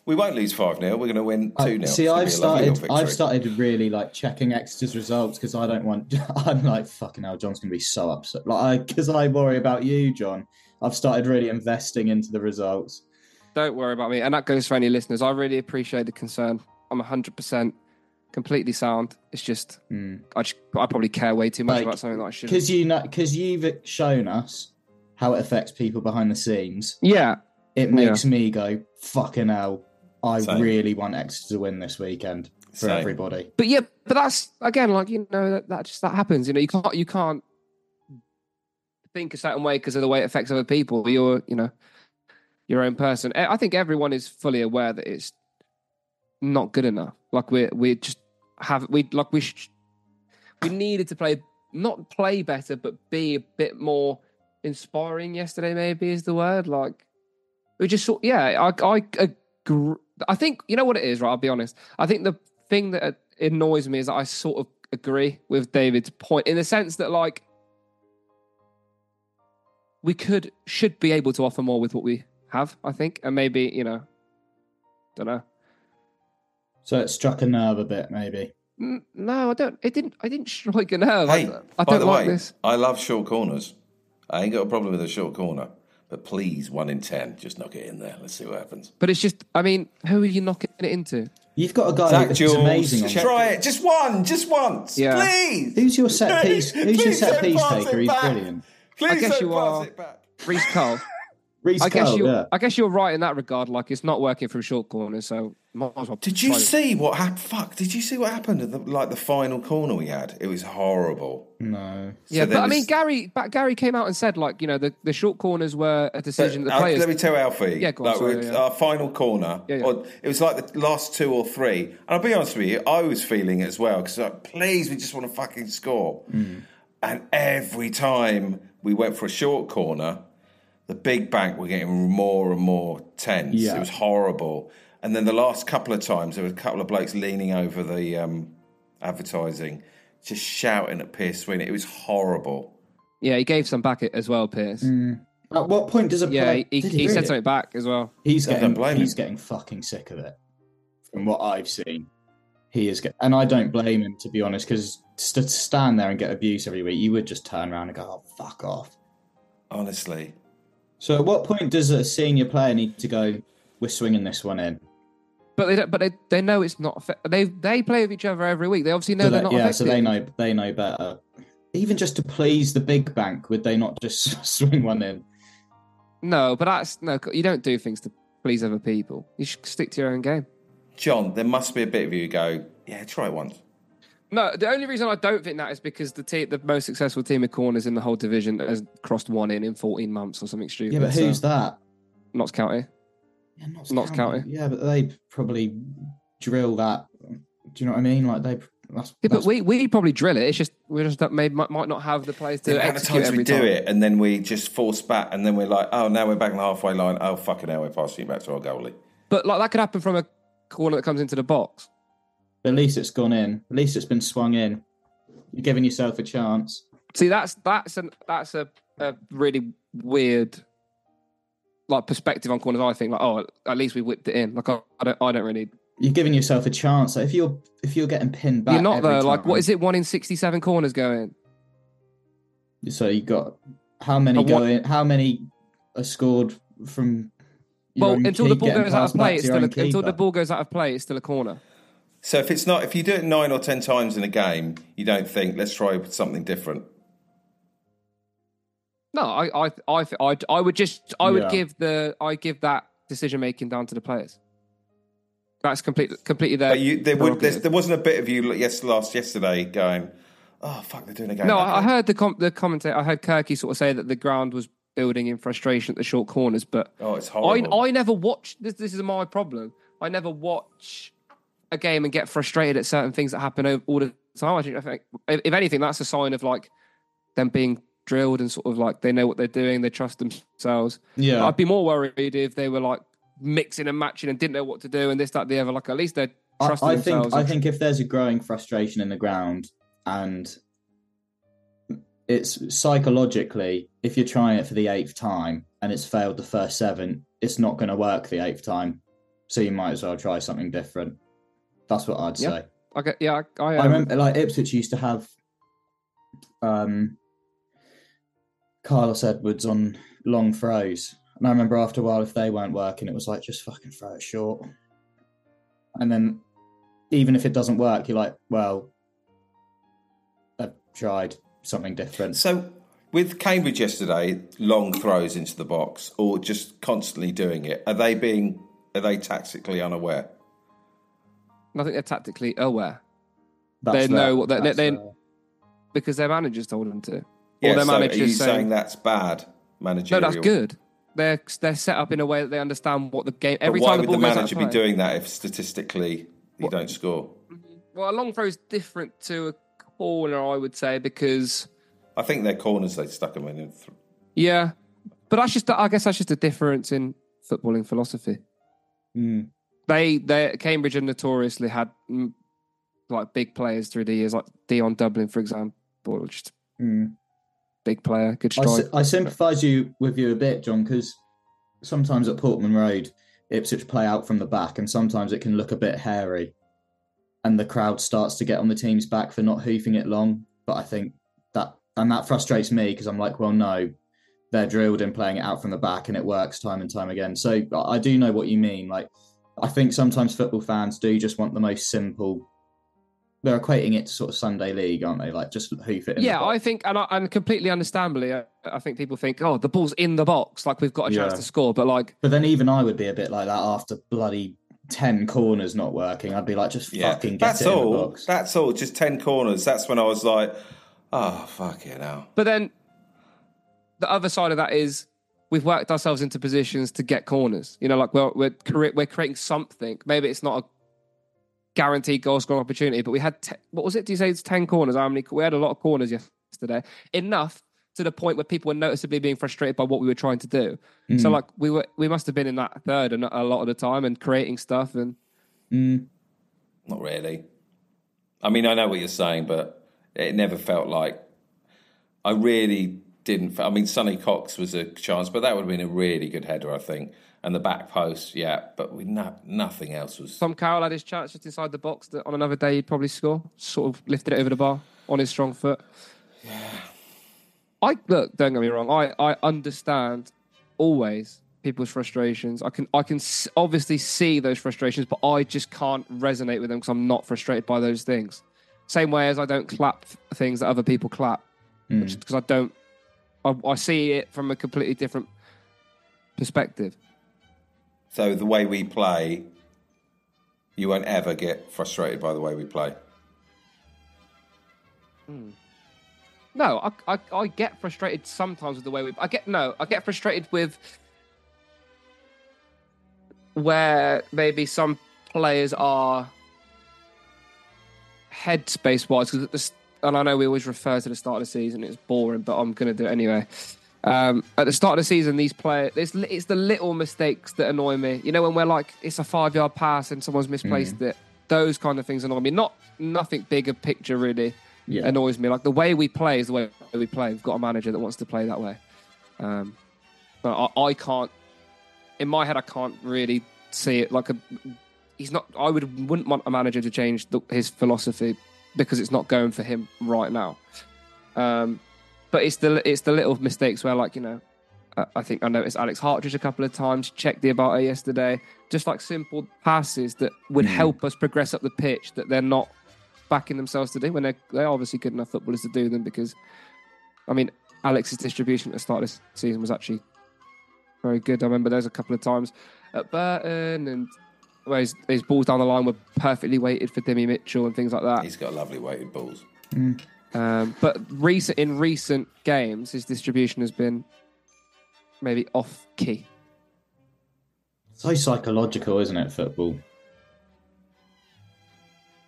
We won't lose 5 0. We're going to win 2 I- 0. see, I've started. I've started really like checking Exeter's results because I don't want. <laughs> I'm like fucking hell. John's gonna be so upset. Like because I worry about you, John. I've started really investing into the results. Don't worry about me. And that goes for any listeners. I really appreciate the concern. I'm 100 percent completely sound. It's just I just, I probably care way too much Like, about something that I shouldn't. because Hmm. you know because you've shown us how it affects people behind the scenes Yeah, it makes me go fucking hell i Same. really want exeter to win this weekend for Same. everybody but yeah, but that's again like you know that, that just that happens. You know, you can't you can't think a certain way because of the way it affects other people. You're you know your own person. I I think everyone is fully aware that it's not good enough. Like we we just have we like we sh- we needed to play not play better but be a bit more inspiring yesterday. Maybe is the word like we just sort yeah I I agree. I think you know what it is right. I'll be honest. I think the thing that annoys me is that I sort of agree with David's point in the sense that like we could should be able to offer more with what we have. I think and maybe you know don't know. so it struck a nerve a bit maybe N- No, I don't. It didn't. I didn't strike a nerve. I, Hey, I by don't the like way, this. I love short corners. I ain't got a problem with a short corner. But please, one in 10, just knock it in there. Let's see what happens. But it's just. I mean, who are you knocking it into? you've got a guy Zach that's Jules, Oh, amazing on just try it. Just one, just once. Yeah. Please. who's your <laughs> set Please, piece who's your please set don't piece pass it taker he's back. brilliant Please guess don't you pass are- it back. Reese Cole. Reece I guess Cole, you. Oh, yeah. I guess you're right in that regard. Like it's not working from short corners, so might as well. Did you try- see what happened? Fuck! Did you see what happened at the, like the final corner we had? It was horrible. No. Yeah, So but there I mean, was- Gary. But Gary came out and said, like, you know, the, the short corners were a decision. that Uh, the players. Let me tell you, Alfie. Yeah, go on, like, sorry, with yeah. Our final corner. Yeah, yeah. Or, it was like the last two or three. And I'll be honest with you, I was feeling it as well because like, please, we just want to fucking score. Mm. And every time we went for a short corner, the big bank were getting more and more tense. Yeah. It was horrible. And then the last couple of times, there were a couple of blokes leaning over the um, advertising, just shouting at Pierce Sweeney. It was horrible. yeah, he gave some back as well, Pierce. At what point does a Yeah, player? he, he, Mm. Did he really? said something back as well. He's I don't getting blame he's him. getting fucking sick of it. From what I've seen, he is, get, and I don't blame him to be honest, because to stand there and get abuse every week, you would just turn around and go, "Oh, fuck off." Honestly. So, at what point does a senior player need to go? We're swinging this one in. But they don't, but they, they know it's not. Effect- they they play with each other every week. They obviously know So they're not. that- yeah, effective. so they know they know better. Even just to please the big bank, would they not just <laughs> swing one in? No, but that's no. You don't do things to please other people. You should stick to your own game. John, there must be a bit of you go, yeah, try it once. No, the only reason I don't think that is because the te- the most successful team of corners in the whole division has crossed one in in 14 months or something stupid. Yeah, but who's so, that? Notts County? Yeah, Notts, Notts County. Yeah, but they probably drill that. Do you know what I mean? Like they. That's, Yeah, but that's- we we probably drill it. It's just we just don't, may, might, might not have the players to The amount of execute times every we do time. it and then we just force back and then we're like, oh, now we're back on the halfway line. Oh, fucking hell, we're passing it back to our goalie. But like that could happen from a corner that comes into the box. But at least it's gone in. At least it's been swung in. You're giving yourself a chance. See, that's that's an that's a, a really weird like perspective on corners. I think like oh, at least we whipped it in. Like I, I don't I don't really. You're giving yourself a chance. Like, if you're if you're getting pinned back, You're not every though. Like time- what is it? One in 67 corners going. So you got how many But go what- in? How many are scored from? your Well, own until the key- ball getting goes out passed of back play, to it's your still a, own until the keeper? ball goes out of play, it's still a corner. So if it's not, if you do it nine or 10 times in a game, you don't think, let's try something different. No, I I I I, I would just I would Yeah. give the I give that decision making down to the players. That's complete, completely their. But you, there, would, there's- prerogative. there wasn't a bit of you yes, last yesterday going, oh, fuck, they're doing a game. No, like I I that." heard the com- the commentator. I heard Kirky sort of say that the ground was building in frustration at the short corners, but Oh, it's I horrible. I never watch. This this is my problem. I never watch a game and get frustrated at certain things that happen over, all the time. I think, I think if, if anything, that's a sign of like them being drilled and sort of like they know what they're doing. They trust themselves. Yeah. I'd be more worried if they were like mixing and matching and didn't know what to do and this that the other. Like at least they're I, trusting I themselves. think I think if there's a growing frustration in the ground and it's psychologically if you're trying it for the eighth time and it's failed the first seven it's not going to work the eighth time so you might as well try something different that's what i'd Yeah. say I get, yeah, I, I, I um, remember like Ipswich used to have um Carlos Edwards on long throws. And I remember after a while if they weren't working, it was like just fucking throw it short. And then even if it doesn't work, you're like, well, I've tried something different. So with Cambridge yesterday, long throws into the box or just constantly doing it, are they being, are they tactically unaware? I think they're tactically aware. That's they know what they- that's they- their- because their managers told them to. Yeah, or their so are you managers saying saying, that's bad no, managerial? that's good. They're they're set up in a way that they understand what the game. Every but why time would the the ball goes out of manager be play- doing that if statistically you don't score? Well, a long throw is different to a corner, I would say, because I think their corners they stuck them in. Th- yeah, but that's just I guess that's just a difference in footballing philosophy. Mm. They they Cambridge have notoriously had mm, like big players through the years, like Dion Dublin, for example, just Mm. big player, good I, strike. sy- I sympathise you with you a bit, John, because sometimes at Portman Road, Ipswich play out from the back, and sometimes it can look a bit hairy, and the crowd starts to get on the team's back for not hoofing it long. But I think that and that frustrates me because I'm like, well, no, they're drilled in playing it out from the back, and it works time and time again. So I- I do know what you mean. Like, I think sometimes football fans do just want the most simple They're equating it to sort of Sunday league, aren't they? Like just hoof it. In Yeah, the I think, and, I, and completely understandably, I, I think people think, oh, the ball's in the box, like we've got a chance Yeah. to score. But like, But then even I would be a bit like that after bloody ten corners not working. I'd be like, just fucking get that's it in all. the box. That's all. Just ten corners. That's when I was like, oh fuck it now. but then the other side of that is we've worked ourselves into positions to get corners. You know, like we're we're, cre- we're creating something. Maybe it's not a guaranteed goal scoring opportunity, but we had te- what was it? Do you say it's ten corners? How many? We had a lot of corners yesterday. Enough to the point where people were noticeably being frustrated by what we were trying to do. So like we were, we must have been in that third and a lot of the time and creating stuff and. Not really. I mean, I know what you're saying, but it never felt like I really didn't. fe- I mean, Sonny Cox was a chance, but that would have been a really good header, I think. And the back post, yeah, but we no, nothing else was. Tom Carroll had his chance just inside the box that on another day he'd probably score. Sort of lifted it over the bar on his strong foot. I look, don't get me wrong, I, I understand always people's frustrations. I can I can s- obviously see those frustrations, but I just can't resonate with them because I'm not frustrated by those things. Same way as I don't clap f- things that other people clap, because I don't. I, I see it from a completely different perspective. So the way we play, you won't ever get frustrated by the way we play. No, I, I, I get frustrated sometimes with the way we. I get no, I get frustrated with where maybe some players are headspace wise because the, s- and I know we always refer to the start of the season. It's boring, but I'm going to do it anyway. Um, at the start of the season, these players, it's, li- it's the little mistakes that annoy me. You know, when we're like, it's a five yard pass and someone's misplaced it. Those kind of things annoy me. Not nothing bigger picture really Yeah. annoys me. Like the way we play is the way we play. We've got a manager that wants to play that way. Um, but I, I can't. In my head, I can't really see it. Like a, he's not. I would wouldn't want a manager to change the, his philosophy because it's not going for him right now. Um, but it's the it's the little mistakes where like you know, I, I think I noticed Alex Hartridge a couple of times. Checked the about yesterday. Just like simple passes that would help us progress up the pitch that they're not backing themselves to do when they're, they're obviously good enough footballers to do them because I mean Alex's distribution at the start of this season was actually very good. I remember there's a couple of times at Burton and where his, his balls down the line were perfectly weighted for Demi Mitchell and things like that. He's got lovely weighted balls. Um, but recent in recent games, his distribution has been maybe off key. So psychological, isn't it? Football.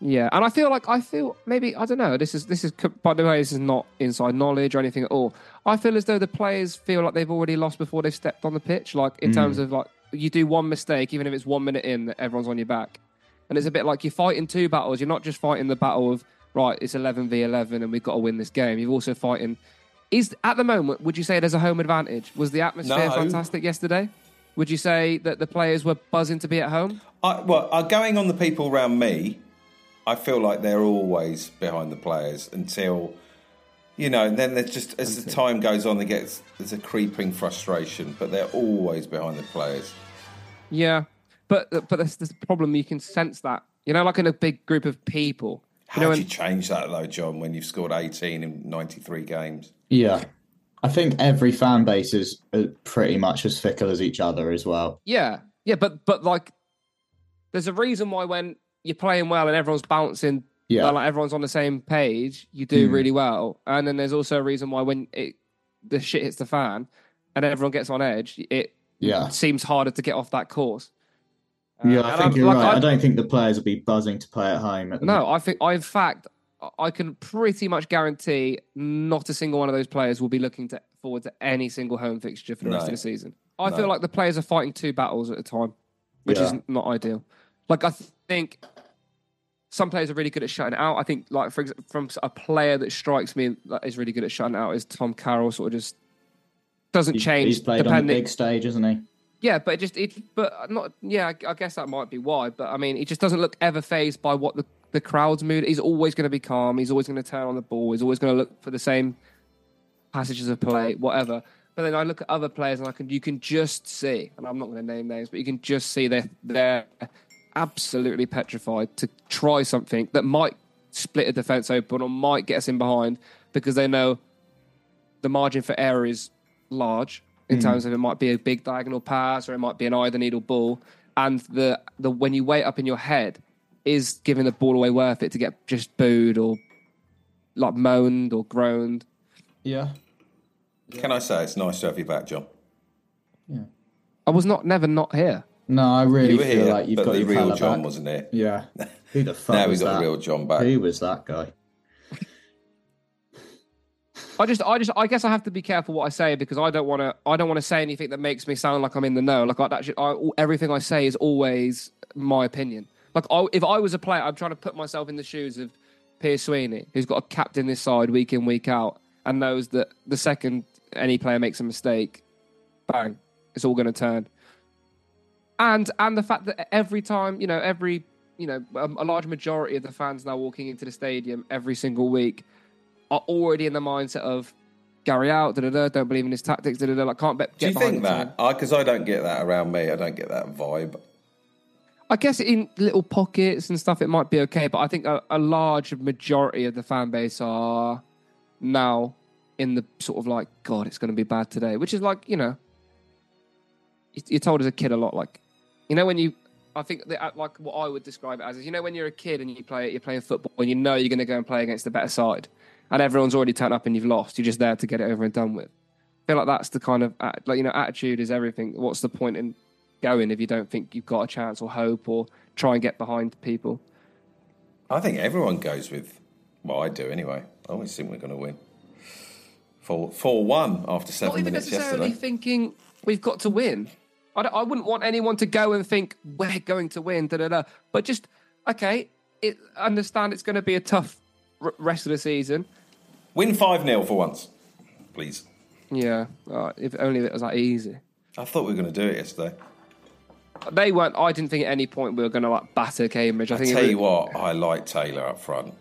Yeah, and I feel like I feel maybe I don't know. This is this is co- by the way, this is not inside knowledge or anything at all. I feel as though the players feel like they've already lost before they've stepped on the pitch. Like in terms of like you do one mistake, even if it's one minute in, that everyone's on your back, and it's a bit like you're fighting two battles. You're not just fighting the battle of right, it's eleven v eleven, and we've got to win this game. You're also fighting. Is at the moment, would you say there's a home advantage? Was the atmosphere No. fantastic yesterday? Would you say that the players were buzzing to be at home? I, well, uh, going on the people around me, I feel like they're always behind the players until, you know, and then there's just, as the time goes on, there gets, there's a creeping frustration, but they're always behind the players. Yeah, but but that's the problem. You can sense that. You know, like in a big group of people. How You know, do you and, change that, though, John, when you've scored 18 in 93 games? Yeah. I think every fan base is uh, pretty much as fickle as each other as well. yeah, yeah, but but like, there's a reason why when you're playing well and everyone's bouncing, Yeah. well, like everyone's on the same page, you do really well. And then there's also a reason why when it the shit hits the fan and everyone gets on edge, it Uh, Yeah. seems harder to get off that course. Yeah, and I think I'm- you're like, right. I, I- don't think the players will be buzzing to play at home. At the No, I think I, in fact, I- I can pretty much guarantee not a single one of those players will be looking to, forward to any single home fixture for the rest No. of the season. I No. feel like the players are fighting two battles at a time, which Yeah. is not ideal. Like I th- think some players are really good at shutting out. I think, like for example, from a player that strikes me that is really good at shutting out is Tom Carroll. Sort of just doesn't He's- change He's played on the depending. big stage, isn't he? Yeah, but it just it, but not. Yeah, I, I guess that might be why. But I mean, he just doesn't look ever phased by what the the crowd's mood. He's always going to be calm. He's always going to turn on the ball. He's always going to look for the same passages of play, whatever. But then I look at other players, and I can you can just see, and I'm not going to name names, but you can just see they're they're absolutely petrified to try something that might split a defence open or might get us in behind because they know the margin for error is large in terms of it might be a big diagonal pass or it might be an eye the needle ball. And the, the when you weigh it up in your head, is giving the ball away worth it to get just booed or like moaned or groaned? Yeah. Can I say it's nice to have you back, John? I was not never not here. No, I really You were feel here, like you've but got the your real colour John back. wasn't here. <laughs> <laughs> Yeah. Who the fuck now we was got that? the real John back. Who was that guy? I just, I just, I guess I have to be careful what I say because I don't want to, I don't want to say anything that makes me sound like I'm in the know. Like I actually, I, everything I say is always my opinion. Like I, if I was a player, I'm trying to put myself in the shoes of Piers Sweeney, who's got a captain this side week in week out, and knows that the second any player makes a mistake, bang, it's all going to turn. And and the fact that every time, you know, every you know, um, a large majority of the fans now walking into the stadium every single week are already in the mindset of Gary out, da da da, don't believe in his tactics, da da da. Like can't be, Do get you behind think the team. that? Because I, don't get that around me. I don't get that vibe. I guess in little pockets and stuff, it might be okay. But I think a, a large majority of the fan base are now in the sort of like, God, it's going to be bad today, which is like, you know, you- you're told as a kid a lot. Like, you know, when you, I think that, like what I would describe it as is, you know, when you're a kid and you play, you're playing football and you know you're going to go and play against the better side, and everyone's already turned up and you've lost. You're just there to get it over and done with. I feel like that's the kind of at- like you know, attitude is everything. What's the point in going if you don't think you've got a chance or hope or try and get behind people. I think everyone goes with. Well, I do anyway. I always think we're going to win. Four, four, one after seven Not even minutes necessarily yesterday. thinking we've got to win. I, don't- I wouldn't want anyone to go and think we're going to win, da da da. But just okay, it, understand it's going to be a tough r- rest of the season. Win five 0 for once, please. Yeah, uh, if only it was that easy. I thought we were going to do it yesterday. They weren't. I didn't think at any point we were going to like batter Cambridge. I I think it tell was- you what, I like Taylor up front.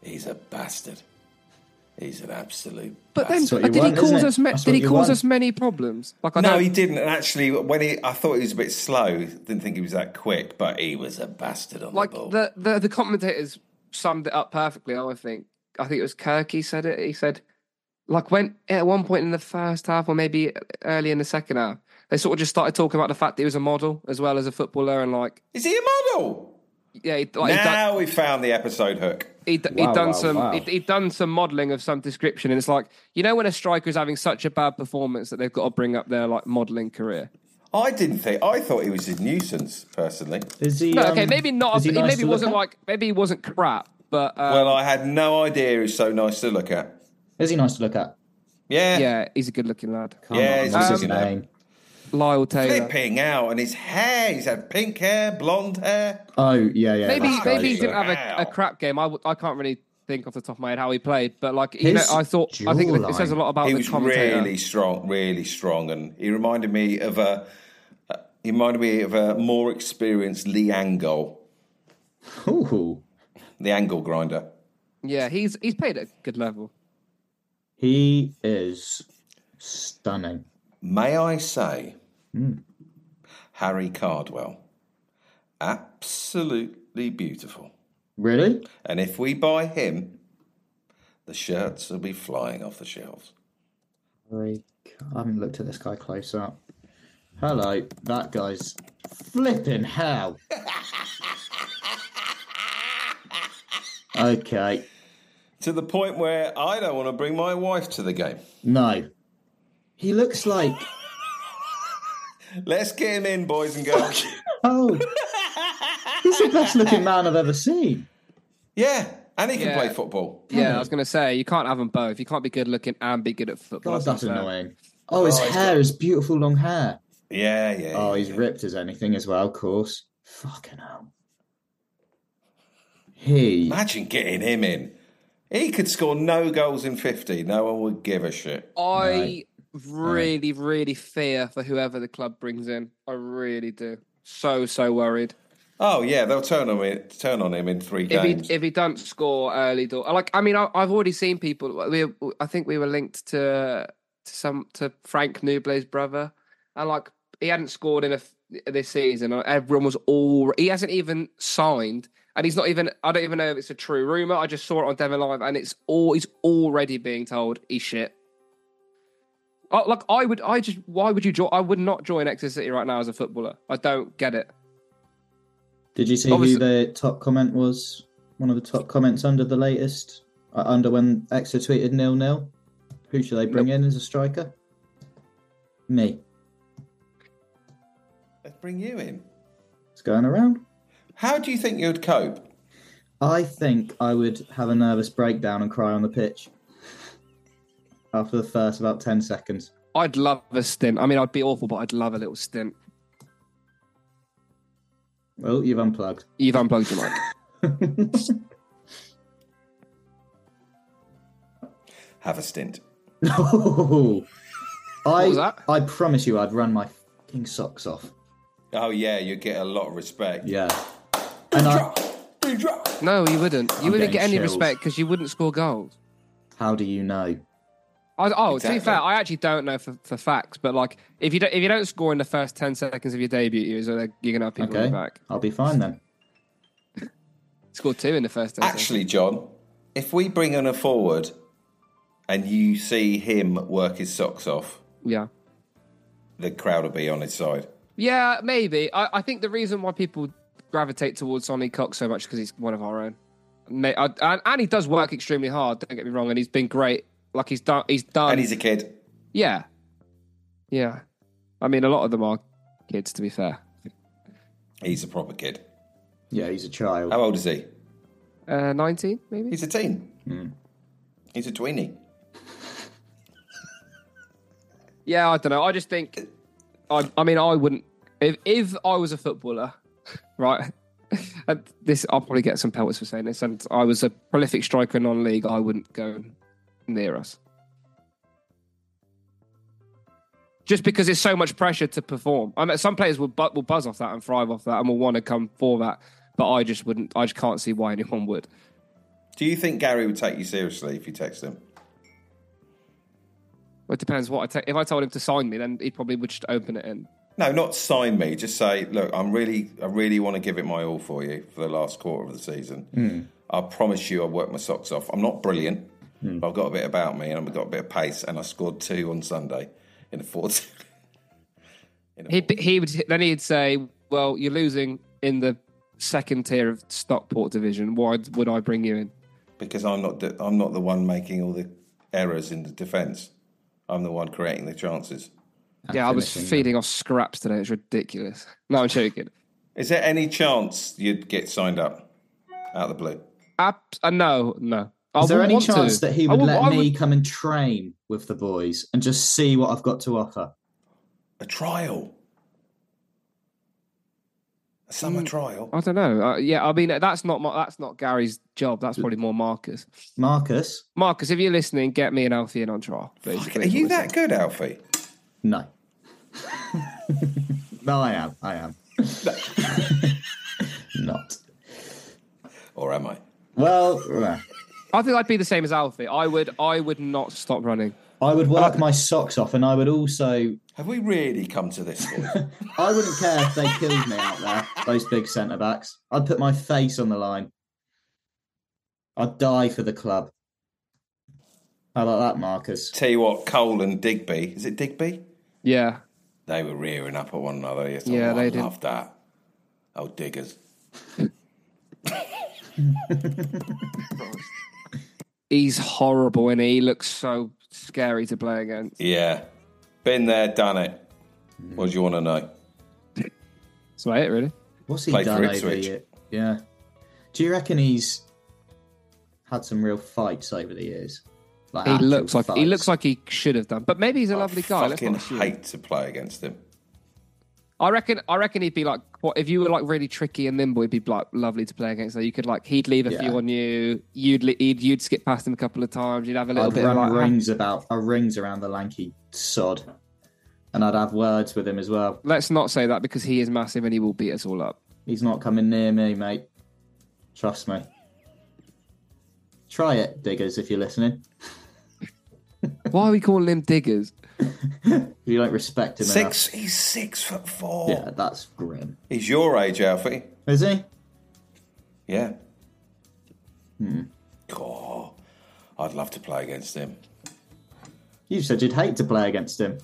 He's a bastard. He's an absolute. But then, bastard. what you did want, he cause isn't it? us? Ma- That's did what he you cause want. us many problems? Like I No, don't- he didn't. And actually, when he, I thought he was a bit slow. Didn't think he was that quick, but he was a bastard on like the ball. the, the the commentators summed it up perfectly. I think I think it was Kirk. He said it. He said like when at one point in the first half, or maybe early in the second half, they sort of just started talking about the fact that he was a model as well as a footballer, and like Is he a model? yeah, he, like, he done, now we found the episode hook. he, d- Wow, he done wow, some wow. he he'd done some modelling of some description, and it's like you know when a striker is having such a bad performance that they've got to bring up their like modelling career. I didn't think. I thought he was a nuisance personally. Is he? No, um, okay, maybe is not. he He nice maybe to look wasn't at? like maybe he wasn't crap, but uh, well, I had no idea he was so nice to look at. Is he nice to look at? Yeah, yeah, he's a good looking lad. Come Yeah, on, he's what's just his looking at- name? Lyle Taylor. flipping out, and his hair. He's had pink hair, blonde hair. Oh yeah, yeah. maybe that's Fuck maybe he right. you. didn't have a, a Wow. crap game. I, w- I can't really think off the top of my head how he played, but like you know, His I thought I think it says a jawline. lot about he the was commentator. really strong, really strong, and he reminded me of a. uh, He reminded me of a more experienced Lee Angle, Ooh. the angle grinder. Yeah, he's he's played at a good level. He is stunning. May I say, Hmm. Harry Cardwell, absolutely beautiful. Really? And if we buy him, the shirts will be flying off the shelves. Like, I haven't looked at this guy close up. Hello, that guy's flipping hell. okay, To the point where I don't want to bring my wife to the game. no. He looks like. Let's get him in, boys and girls. Oh. He's the best looking man I've ever seen. yeah, and he can Yeah. play football. Hmm. Yeah, I was gonna say you can't have them both. You can't be good looking and be good at football. God, that's not fair. annoying. Oh, his hair, his beautiful long hair. Yeah, yeah. Oh, yeah, he's yeah. ripped as anything as well, of course. Fucking hell. He. Imagine getting him in. He could score no goals in 50. No one would give a shit. I really really fear for whoever the club brings in. I really do. So so worried. Oh, yeah, they'll turn on, it, turn on him in three if games. he if he don't score early door like i mean I, i've already seen people we i think we were linked to to some to frank nuble's brother and like he hadn't scored in a f- this season and everyone was all he hasn't even signed And he's not even, I don't even know if it's a true rumor. I just saw it on Devon Live and it's all, he's already being told he's shit. Oh, like, I would, I just, why would you join? I would not join Exeter City right now as a footballer. I don't get it. Did you see Obviously- who the top comment was? One of the top comments under the latest, uh, under when Exeter tweeted nil nil. Who should they bring in as a striker? Me. Let's bring you in. It's going around. How do you think you'd cope? I think I would have a nervous breakdown and cry on the pitch <laughs> after the first about 10 seconds. I'd love a stint. I mean, I'd be awful, but I'd love a little stint. Well, you've unplugged. You've unplugged your mic. Have a stint. No. Oh. I, was that? I promise you, I'd run my fucking socks off. Oh yeah, you get a lot of respect. Yeah. And I, You drop. No, you wouldn't. You wouldn't getting get any chills. respect because you wouldn't score goals. how do you know? I, oh, Exactly. to be fair, I actually don't know for, for facts, but like if you don't if you don't score in the first ten seconds of your debut, you're gonna you're gonna have people on Okay. your back. I'll be fine then. Score two in the first ten. seconds. Actually, John, if we bring in a forward and you see him work his socks off, yeah, the crowd will be on his side. yeah, maybe. I, I think the reason why people gravitate towards Sonny Cox so much because he's one of our own, May- I- and, and he does work extremely hard. Don't get me wrong, and he's been great. Like he's done, he's done. And he's a kid. yeah, yeah. I mean, a lot of them are kids. To be fair, He's a proper kid. Yeah, he's a child. How old is he? uh, nineteen maybe. He's a teen. He's a tweenie. Yeah, I don't know. I just think, I, I mean, I wouldn't. If if I was a footballer, <laughs> right? and this, I'll probably get some pelts for saying this. And I was a prolific striker in non-league. I wouldn't go near us, just because it's so much pressure to perform. I mean, some players will bu- will buzz off that and thrive off that and will want to come for that. But I just wouldn't. I just can't see why anyone would. Do you think Gary would take you seriously if you text him? It depends what I take. If I told him to sign me, then he probably would just open it in. No, not sign me. Just say, look, I'm really, I really want to give it my all for you for the last quarter of the season. I promise you, I worked my socks off. I'm not brilliant, but I've got a bit about me, and I've got a bit of pace, and I scored two on Sunday in the fourth. <laughs> in a He he would then he'd say, "Well, you're losing in the second tier of Stockport division. Why would I bring you in?" because I'm not, the, I'm not the one making all the errors in the defence. I'm the one creating the chances. yeah, I was finishing feeding off scraps today. It's ridiculous. <laughs> No, I'm joking. Is there any chance you'd get signed up out of the blue? Ab- uh, no, no. I Is there wouldn't any want to. chance that he I would would- let I me would- come and train with the boys and just see what I've got to offer? A trial, a summer trial. I don't know. Uh, yeah, I mean that's not my, that's not Gary's job. That's probably more Marcus. Marcus? Marcus, if you're listening, get me and Alfie in on trial. please. Fuck, are Please, you what I that good, Alfie? No. <laughs> no, I am. <laughs> I am. Not. Or am I? Well, uh, say. I think I'd be the same as Alfie. I would I would not stop running. I would Uh, work my socks off, and I would also. Have we really come to this? <laughs> point? I wouldn't care if they killed me out there. Those big centre backs. I'd put my face on the line. I'd die for the club. How about that, Marcus? Tell you what, Cole and Digby. Is it Digby? Yeah, They were rearing up at one another. Yes, Yeah, yeah, they they did. love that. Oh, diggers. he's horrible and he? he looks so scary to play against. Yeah, been there, done it. What do you want to know? That's about it, really. What's he Played for done over the Ipswich. year? Yeah. Do you reckon he's had some real fights over the years? Like He actual looks like he fights? looks like he should have done, but maybe he's a lovely guy. I Let's fucking not assume. hate to play against him. I reckon. I reckon he'd be like, what if you were like really tricky and nimble? He'd be like lovely to play against. So you could like he'd leave a Yeah. few on you. You'd li- he'd, you'd skip past him a couple of times. You'd have a little I'd bit run of like, "Ah, rings about uh, rings around the lanky sod, and I'd have words with him as well. let's not say that because he is massive and he will beat us all up. He's not coming near me, mate. Trust me. Try it, diggers, if you're listening. Why are we calling him diggers? If you don't respect him Six. He's six foot four. enough. Yeah, that's grim. He's your age, Alfie. Is he? Yeah. Hmm. Oh, I'd love to play against him. You said you'd hate to play against him.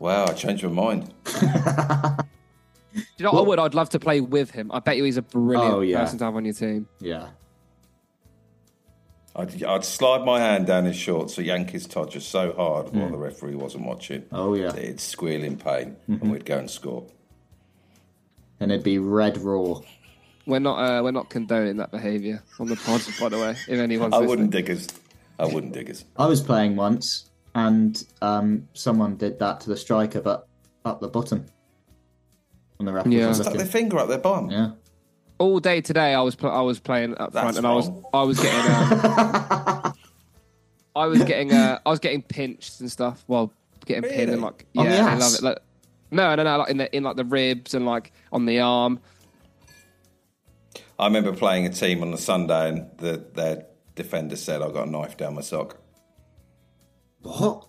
Wow, I changed my mind. Do you know what I would? I'd love to play with him. I bet you he's a brilliant Oh, yeah. person to have on your team. Yeah. I'd, I'd slide my hand down his shorts so Yankees Todger so hard Hmm. while the referee wasn't watching. Oh, yeah. that It'd squeal in pain Mm-hmm. and we'd go and score. And it'd be red raw. We're not uh, we're not condoning that behaviour on the pod, by the way. If anyone's I listening. wouldn't diggers. I wouldn't diggers. I was playing once, and um, someone did that to the striker, but up the bottom. And the ref Yeah. wasn't Stuck looking. their finger up their bum. Yeah. all day today I was pl- I was playing up front That's and I was wrong. I was getting um, <laughs> I was getting uh, I was getting pinched and stuff. Well, getting pinned and Really? Oh, like On the yeah, I ass? love it. Like, no, no, no, like in the in like the ribs and like on the arm. I remember playing a team on a Sunday and the, their defender said, I got a knife down my sock. What?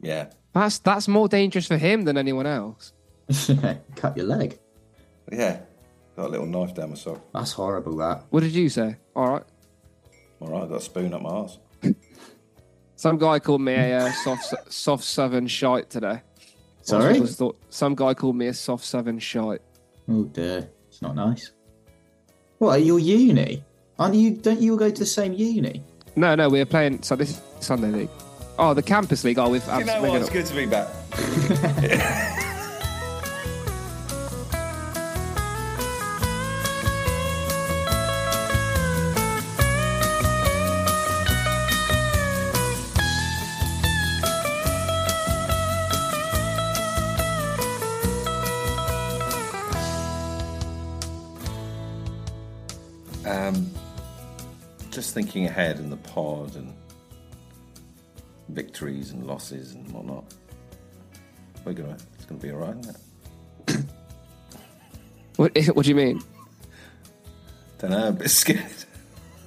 Yeah. That's that's more dangerous for him than anyone else. yeah. <laughs> Cut your leg. Yeah. Got a little knife down my sock. That's horrible, that. What did you say? All right, All right, I got a spoon up my arse. some guy called me a uh, soft soft southern shite today. I Sorry? was thought some guy called me a soft southern shite. Oh, dear. It's not nice. What, at your uni? Aren't you, don't you all go to the same uni? No, no, we were playing so this Sunday league. Oh, the campus league. Oh, we've You know what? It's good to be back. Um, just thinking ahead in the pod and victories and losses and whatnot. We're gonna, it's gonna be all right, isn't it? What, <laughs> what do you mean? Don't know, I'm a bit scared. <laughs>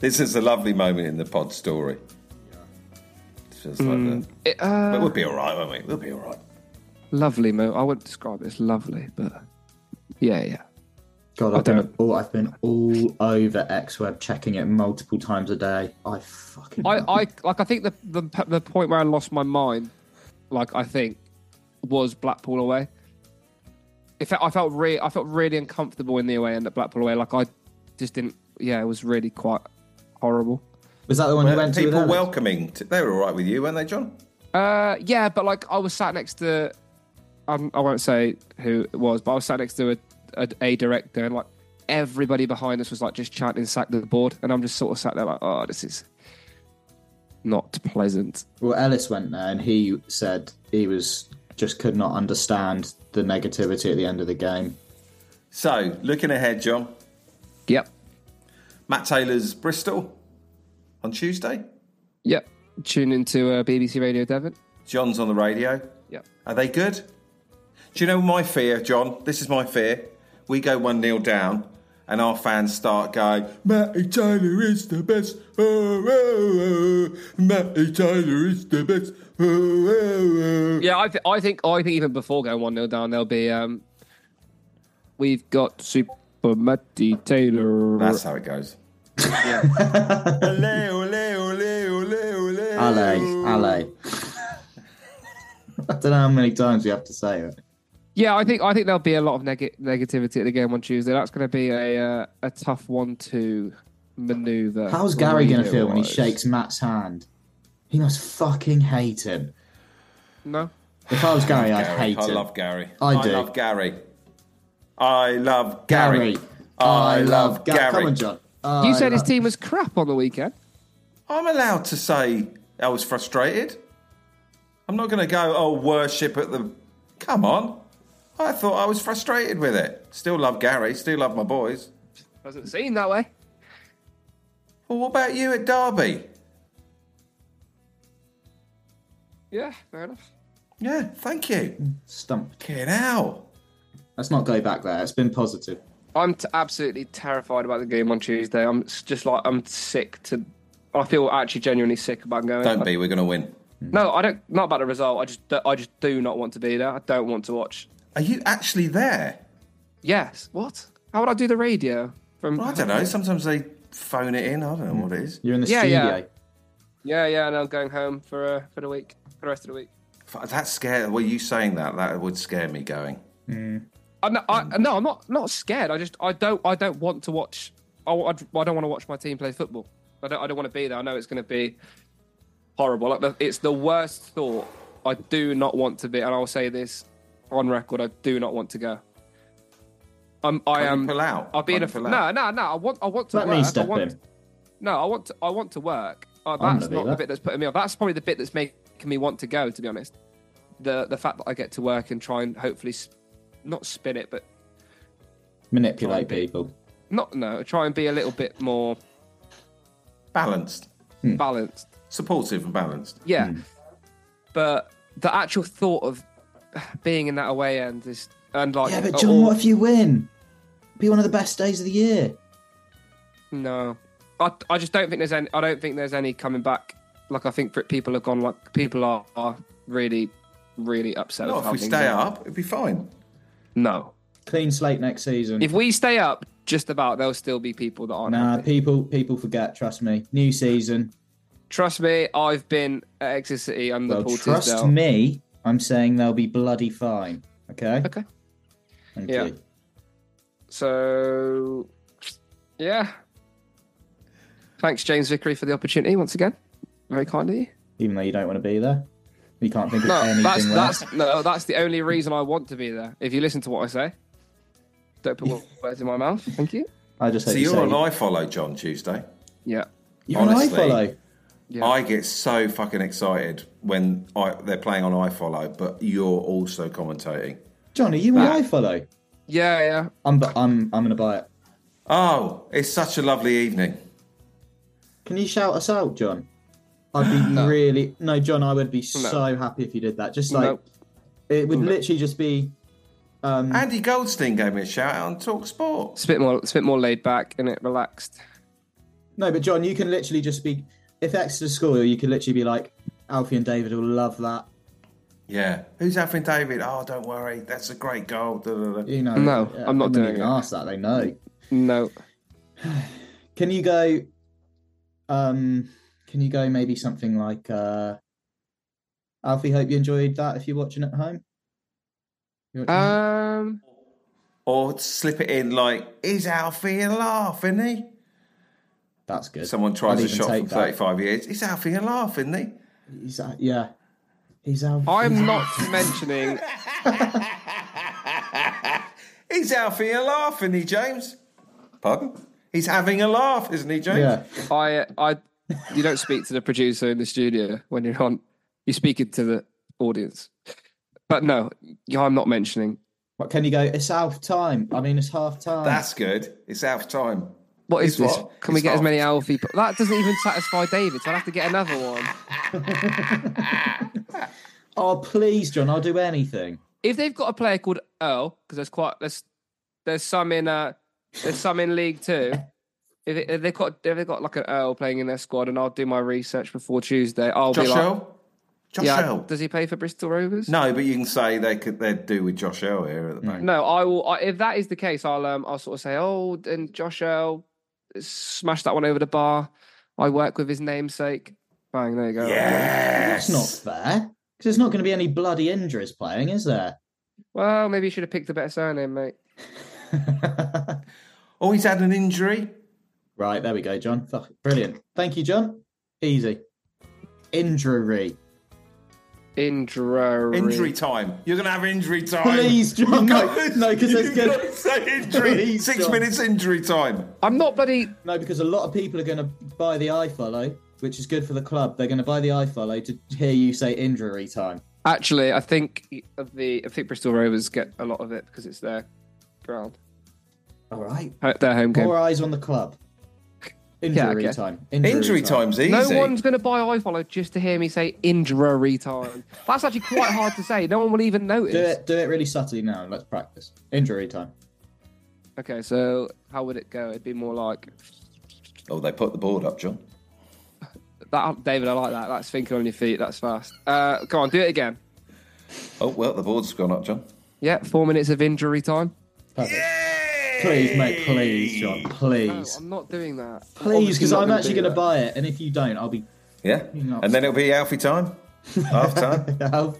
this is a lovely moment in the pod story. It feels Hmm. like that. It, uh, But we'll be all right, won't we? We'll be all right. lovely mo I wouldn't describe it as lovely, but yeah, yeah. God, I've been, don't- all, I've been all over XWeb checking it multiple times a day. I fucking. I, love I it. like I think the, the the point where I lost my mind, like I think, was Blackpool away. In fact, I felt re- I felt really uncomfortable in the away end at Blackpool away. Like I just didn't. Yeah, it was really quite horrible. Was that the one you went to? with People Alex? welcoming. To, they were all right with you, weren't they, John? Uh, yeah, but like I was sat next to, um, I won't say who it was, but I was sat next to a, a, a director, and like everybody behind us was like just chanting "sack the board," and I'm just sort of sat there like, oh, this is not pleasant. Well, Ellis went there and he said he was just could not understand the negativity at the end of the game. So, looking ahead, John. Yep, Matt Taylor's Bristol on Tuesday. yep. Tune into uh, BBC Radio Devon. John's on the radio. Yep. Are they good? Do you know my fear, John? This is my fear. We go 1 0 down and our fans start going, Matty Taylor is the best. Oh, oh, oh. Matty Taylor is the best. Oh, oh, oh. Yeah, I, th- I think I think even before going one 0 down, there'll be um, we've got Super Matty Taylor. That's how it goes. Ole, ole, ole, ole, ole. Ale, Mm. ale. <laughs> I don't know how many times we have to say it. Yeah, I think I think there'll be a lot of neg- negativity at the game on Tuesday. That's going to be a uh, a tough one to maneuver. How's Gary going to radio-wise. feel when he shakes Matt's hand? He must fucking hate him. No, If I was Gary, I'd Gary. hate I him. love Gary. I do. love Gary. I love Gary. I love Ga- Gary. Come on, John. I you said his love- team was crap on the weekend. I'm allowed to say I was frustrated. I'm not going to go, oh, worship at the. Come on. I thought I was frustrated with it. Still love Gary, still love my boys. Doesn't seem that way. Well, what about you at Derby? Yeah, fair enough. Yeah, thank you. Stumped. Get out. Let's not go back there. It's been positive. I'm t- absolutely terrified about the game on Tuesday. I'm s- just like I'm sick to. I feel actually genuinely sick about going. Don't be, we're going to win. No, I don't. Not about the result. I just do- I just do not want to be there. I don't want to watch. Are you actually there? Yes. What? How would I do the radio? From Well, I don't know. Sometimes they phone it in. I don't know what it is. You're in the Yeah, studio. yeah. Yeah, yeah, and I'm going home for uh, for the week, for the rest of the week. F- That scare. Were you saying that? That would scare me going. I'm not, I, no, I'm not not scared. I just I don't I don't want to watch. I, I, I don't want to watch my team play football. I don't I don't want to be there. I know it's going to be horrible. Like the, it's the worst thought. I do not want to be, and I'll say this on record. I do not want to go. I'm I Can you am. pull out? I'll be in a Can you pull out? no no no. I want I want to Let work. me I step want, in. No, I want to I want to work. Uh, gonna that's be not the there. bit that's putting me off. That's probably the bit that's making me want to go. To be honest, the the fact that I get to work and try and hopefully s- not spin it, but Manipulate people. not no try and be a little bit more Balanced, Hmm. balanced supportive, and balanced. yeah but the actual thought of <sighs> being in that away end is and like oh, Yeah, but or- John, what if you win? Be one of the best days of the year. no I, I just don't think there's any i don't think there's any coming back like i think for- people have gone like people are, are really really upset Not with if we how things stay are. up, it'd be fine. no Clean slate next season. if we stay up just about there'll still be people that aren't nah, happy. people people forget. Trust me. New season. trust me i've been at exeter city under Well, paul trust tisdale me. I'm saying they'll be bloody fine. Okay. okay Thank yeah. you. So, yeah. Thanks, James Vickery, for the opportunity once again. Very kind of you. Even though you don't want to be there, you can't think of No, anything. that's worse. that's no, that's the only reason I want to be there. If you listen to what I say, don't put words in my mouth. Thank you. I just hope So you you're say- on I follow John Tuesday. Yeah. You're an Honestly. iFollow. Yeah. I get so fucking excited when I, they're playing on iFollow, but you're also commentating. John, are you an iFollow? Yeah, yeah. I'm, bu- I'm, I'm gonna buy it. Oh, it's such a lovely evening. Can you shout us out, John? I'd <gasps> be really no, John. I would be so happy if you did that. Just like No. it would literally just be. Um, Andy Goldstein gave me a shout out on Talk Sport. It's a bit more it's a bit more laid back and it relaxed. no, but John, you can literally just be. If Exeter score, you could literally be like, Alfie and David will love that. Yeah. Who's having David? Oh, don't worry. That's a great goal. Da, da, da. You know. No, yeah, I'm not they doing wouldn't even it. Ask that they know. No. Can you go? Um, can you go maybe something like uh, Alfie? Hope you enjoyed that. If you're watching at home. You're watching- Um. Or slip it in like, is Alfie a laugh, isn't he? That's good. Someone I'd tries a even shot from take that. 35 years. Is Alfie a laugh, isn't he? He's, uh, yeah. He's Alfie. I'm not mentioning. He's Alfie a laugh, isn't he, James? Pardon? He's having a laugh, isn't he, James? Yeah. I. I. You don't speak to the producer in the studio when you're on. You're speaking to the audience. But no, I'm not mentioning What can you go? It's half time. I mean, it's half time. That's good. It's half time. What is It's this? what? Can we It's get as half. many Alfie? po- That doesn't even satisfy David, so I'll have to get another one. Oh, please, John. I'll do anything. If they've got a player called Earl, because there's quite there's there's some in uh there's some in League Two. If, it, if they've got if they've got like an Earl playing in their squad, and I'll do my research before Tuesday. I'll Josh be like, Earl? Josh yeah, Earl. does he play for Bristol Rovers? No, but you can say they could they'd do with Josh Earl here at the Mm. moment. No, I will. I, if that is the case, I'll um, I'll sort of say, oh, and Josh Earl smash that one over the bar. I work with his namesake. Bang, there you go. Yes. That's not fair. Because there's not going to be any bloody injuries playing, is there? Well, maybe you should have picked a better surname, mate. Oh, he's had an injury. right. There we go, John. Fuck, Brilliant. Thank you, John. Easy. Injury. Injury. Injury time. You're gonna have injury time. <laughs> Please, John. No, can't- no, 'cause there's you gonna- can't say injury. Please, Six John. minutes injury time. I'm not bloody. No, because a lot of people are going to buy the iFollow, which is good for the club. They're going to buy the iFollow to hear you say injury time. Actually, I think of the I think Bristol Rovers get a lot of it because it's their ground, All right. uh, their home game. More eyes on the club. Injury guess. time. Injury time's easy. No one's going to buy iFollow just to hear me say injury time. That's actually quite hard to say. No one will even notice. Do it. Do it really subtly now. and Let's practice. Injury time. Okay, so how would it go? It'd be more like Oh, they put the board up, John. that. David, I like that. That's thinking on your feet. That's fast. Uh, come on, do it again. Oh well, the board's gone up, John. Yeah, four minutes of injury time. Perfect. Please, mate, please, John, No, please. Oh, I'm not doing that. Please, because I'm actually going to to buy it, and if you don't, I'll be <laughs> Yeah. Not- And then it'll be Alfie <laughs> time. Half time. out.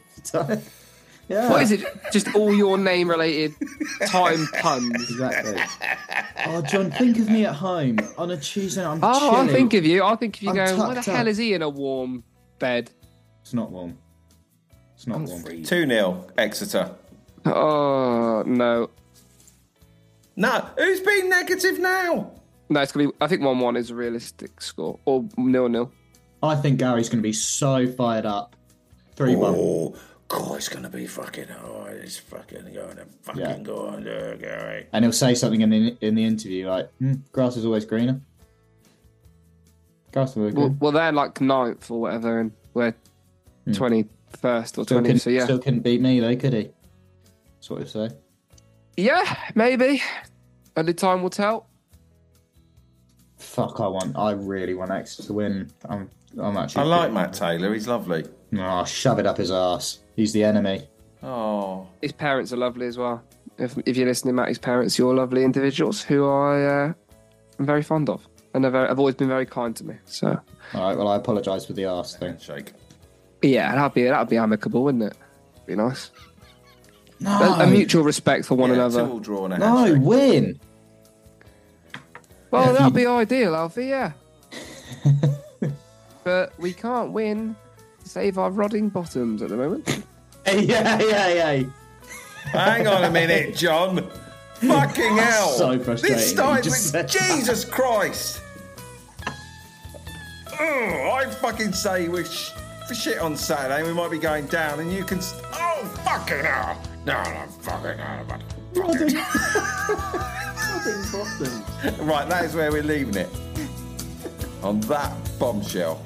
yeah, What is it? Just all your name <laughs> related time puns. exactly? oh, John, think of me at home on a Tuesday. night, I'm Oh, I'll chilling. think of you. I'll think of you I'm going, why the tucked hell up. is he in a warm bed? It's not warm. It's not warm. 2 0, Exeter. Oh, no. No, who's been negative now? No, it's going to be, I think 1 1 is a realistic score, or nil nil. I think Gary's going to be so fired up. Three one. Oh, God, it's going to be fucking hard. It's fucking going to fucking Yeah. go on, there, Gary. and he'll say something in the in the interview like, "Hmm, "Grass is always greener." Grass is always Well, greener. well, they're like ninth or whatever, and we're 21st or Still, couldn't, 20th. Hmm. So, yeah. still couldn't beat me though, could he? That's what he'll say. Yeah, maybe. Only time will tell. Fuck, I want. I really want Exeter to win. I'm. I'm actually. I like Matt Taylor. He's lovely. Oh, shove it up his ass. He's the enemy. Oh, His parents are lovely as well. If, if you're listening, Matt, his parents, you're lovely individuals who I uh, am very fond of and have, have always been very kind to me. So, All right. Well, I apologise for the ass thing. shake. yeah, that'd be that'd be amicable, wouldn't it? Be nice. No. A- A, mutual respect for one Yeah, another. Two all drawn a no handshake. win. Well, Yeah, that'd you- be ideal, Alfie. Yeah. but we can't win. to Save our rotting bottoms at the moment. Hey, <laughs> yeah, yeah, yeah. Hang on a minute, <laughs> John. Fucking hell. so frustrating. This You just starts with said- Jesus Christ. Ugh, I fucking say we're sh- for shit on Saturday. We might be going down, and you can. s oh, fucking hell. No, I'm fucking hell. But fucking <laughs> <laughs> Right, that is where we're leaving it. On that bombshell.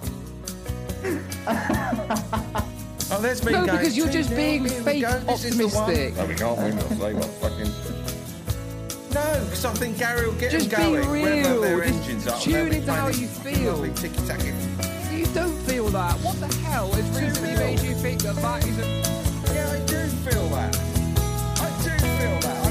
oh, there's me No, going, because you're just 2-0, being here we go, fake this is the one. optimistic. No, we can't win this. They were fucking. No, because I think Gary will get Just them be going. Whether real. their Just engines up. tune into how you feel. Ticky tacky. You don't feel that. What the hell has recently made you think that that is a Yeah, I do feel that. I do feel that.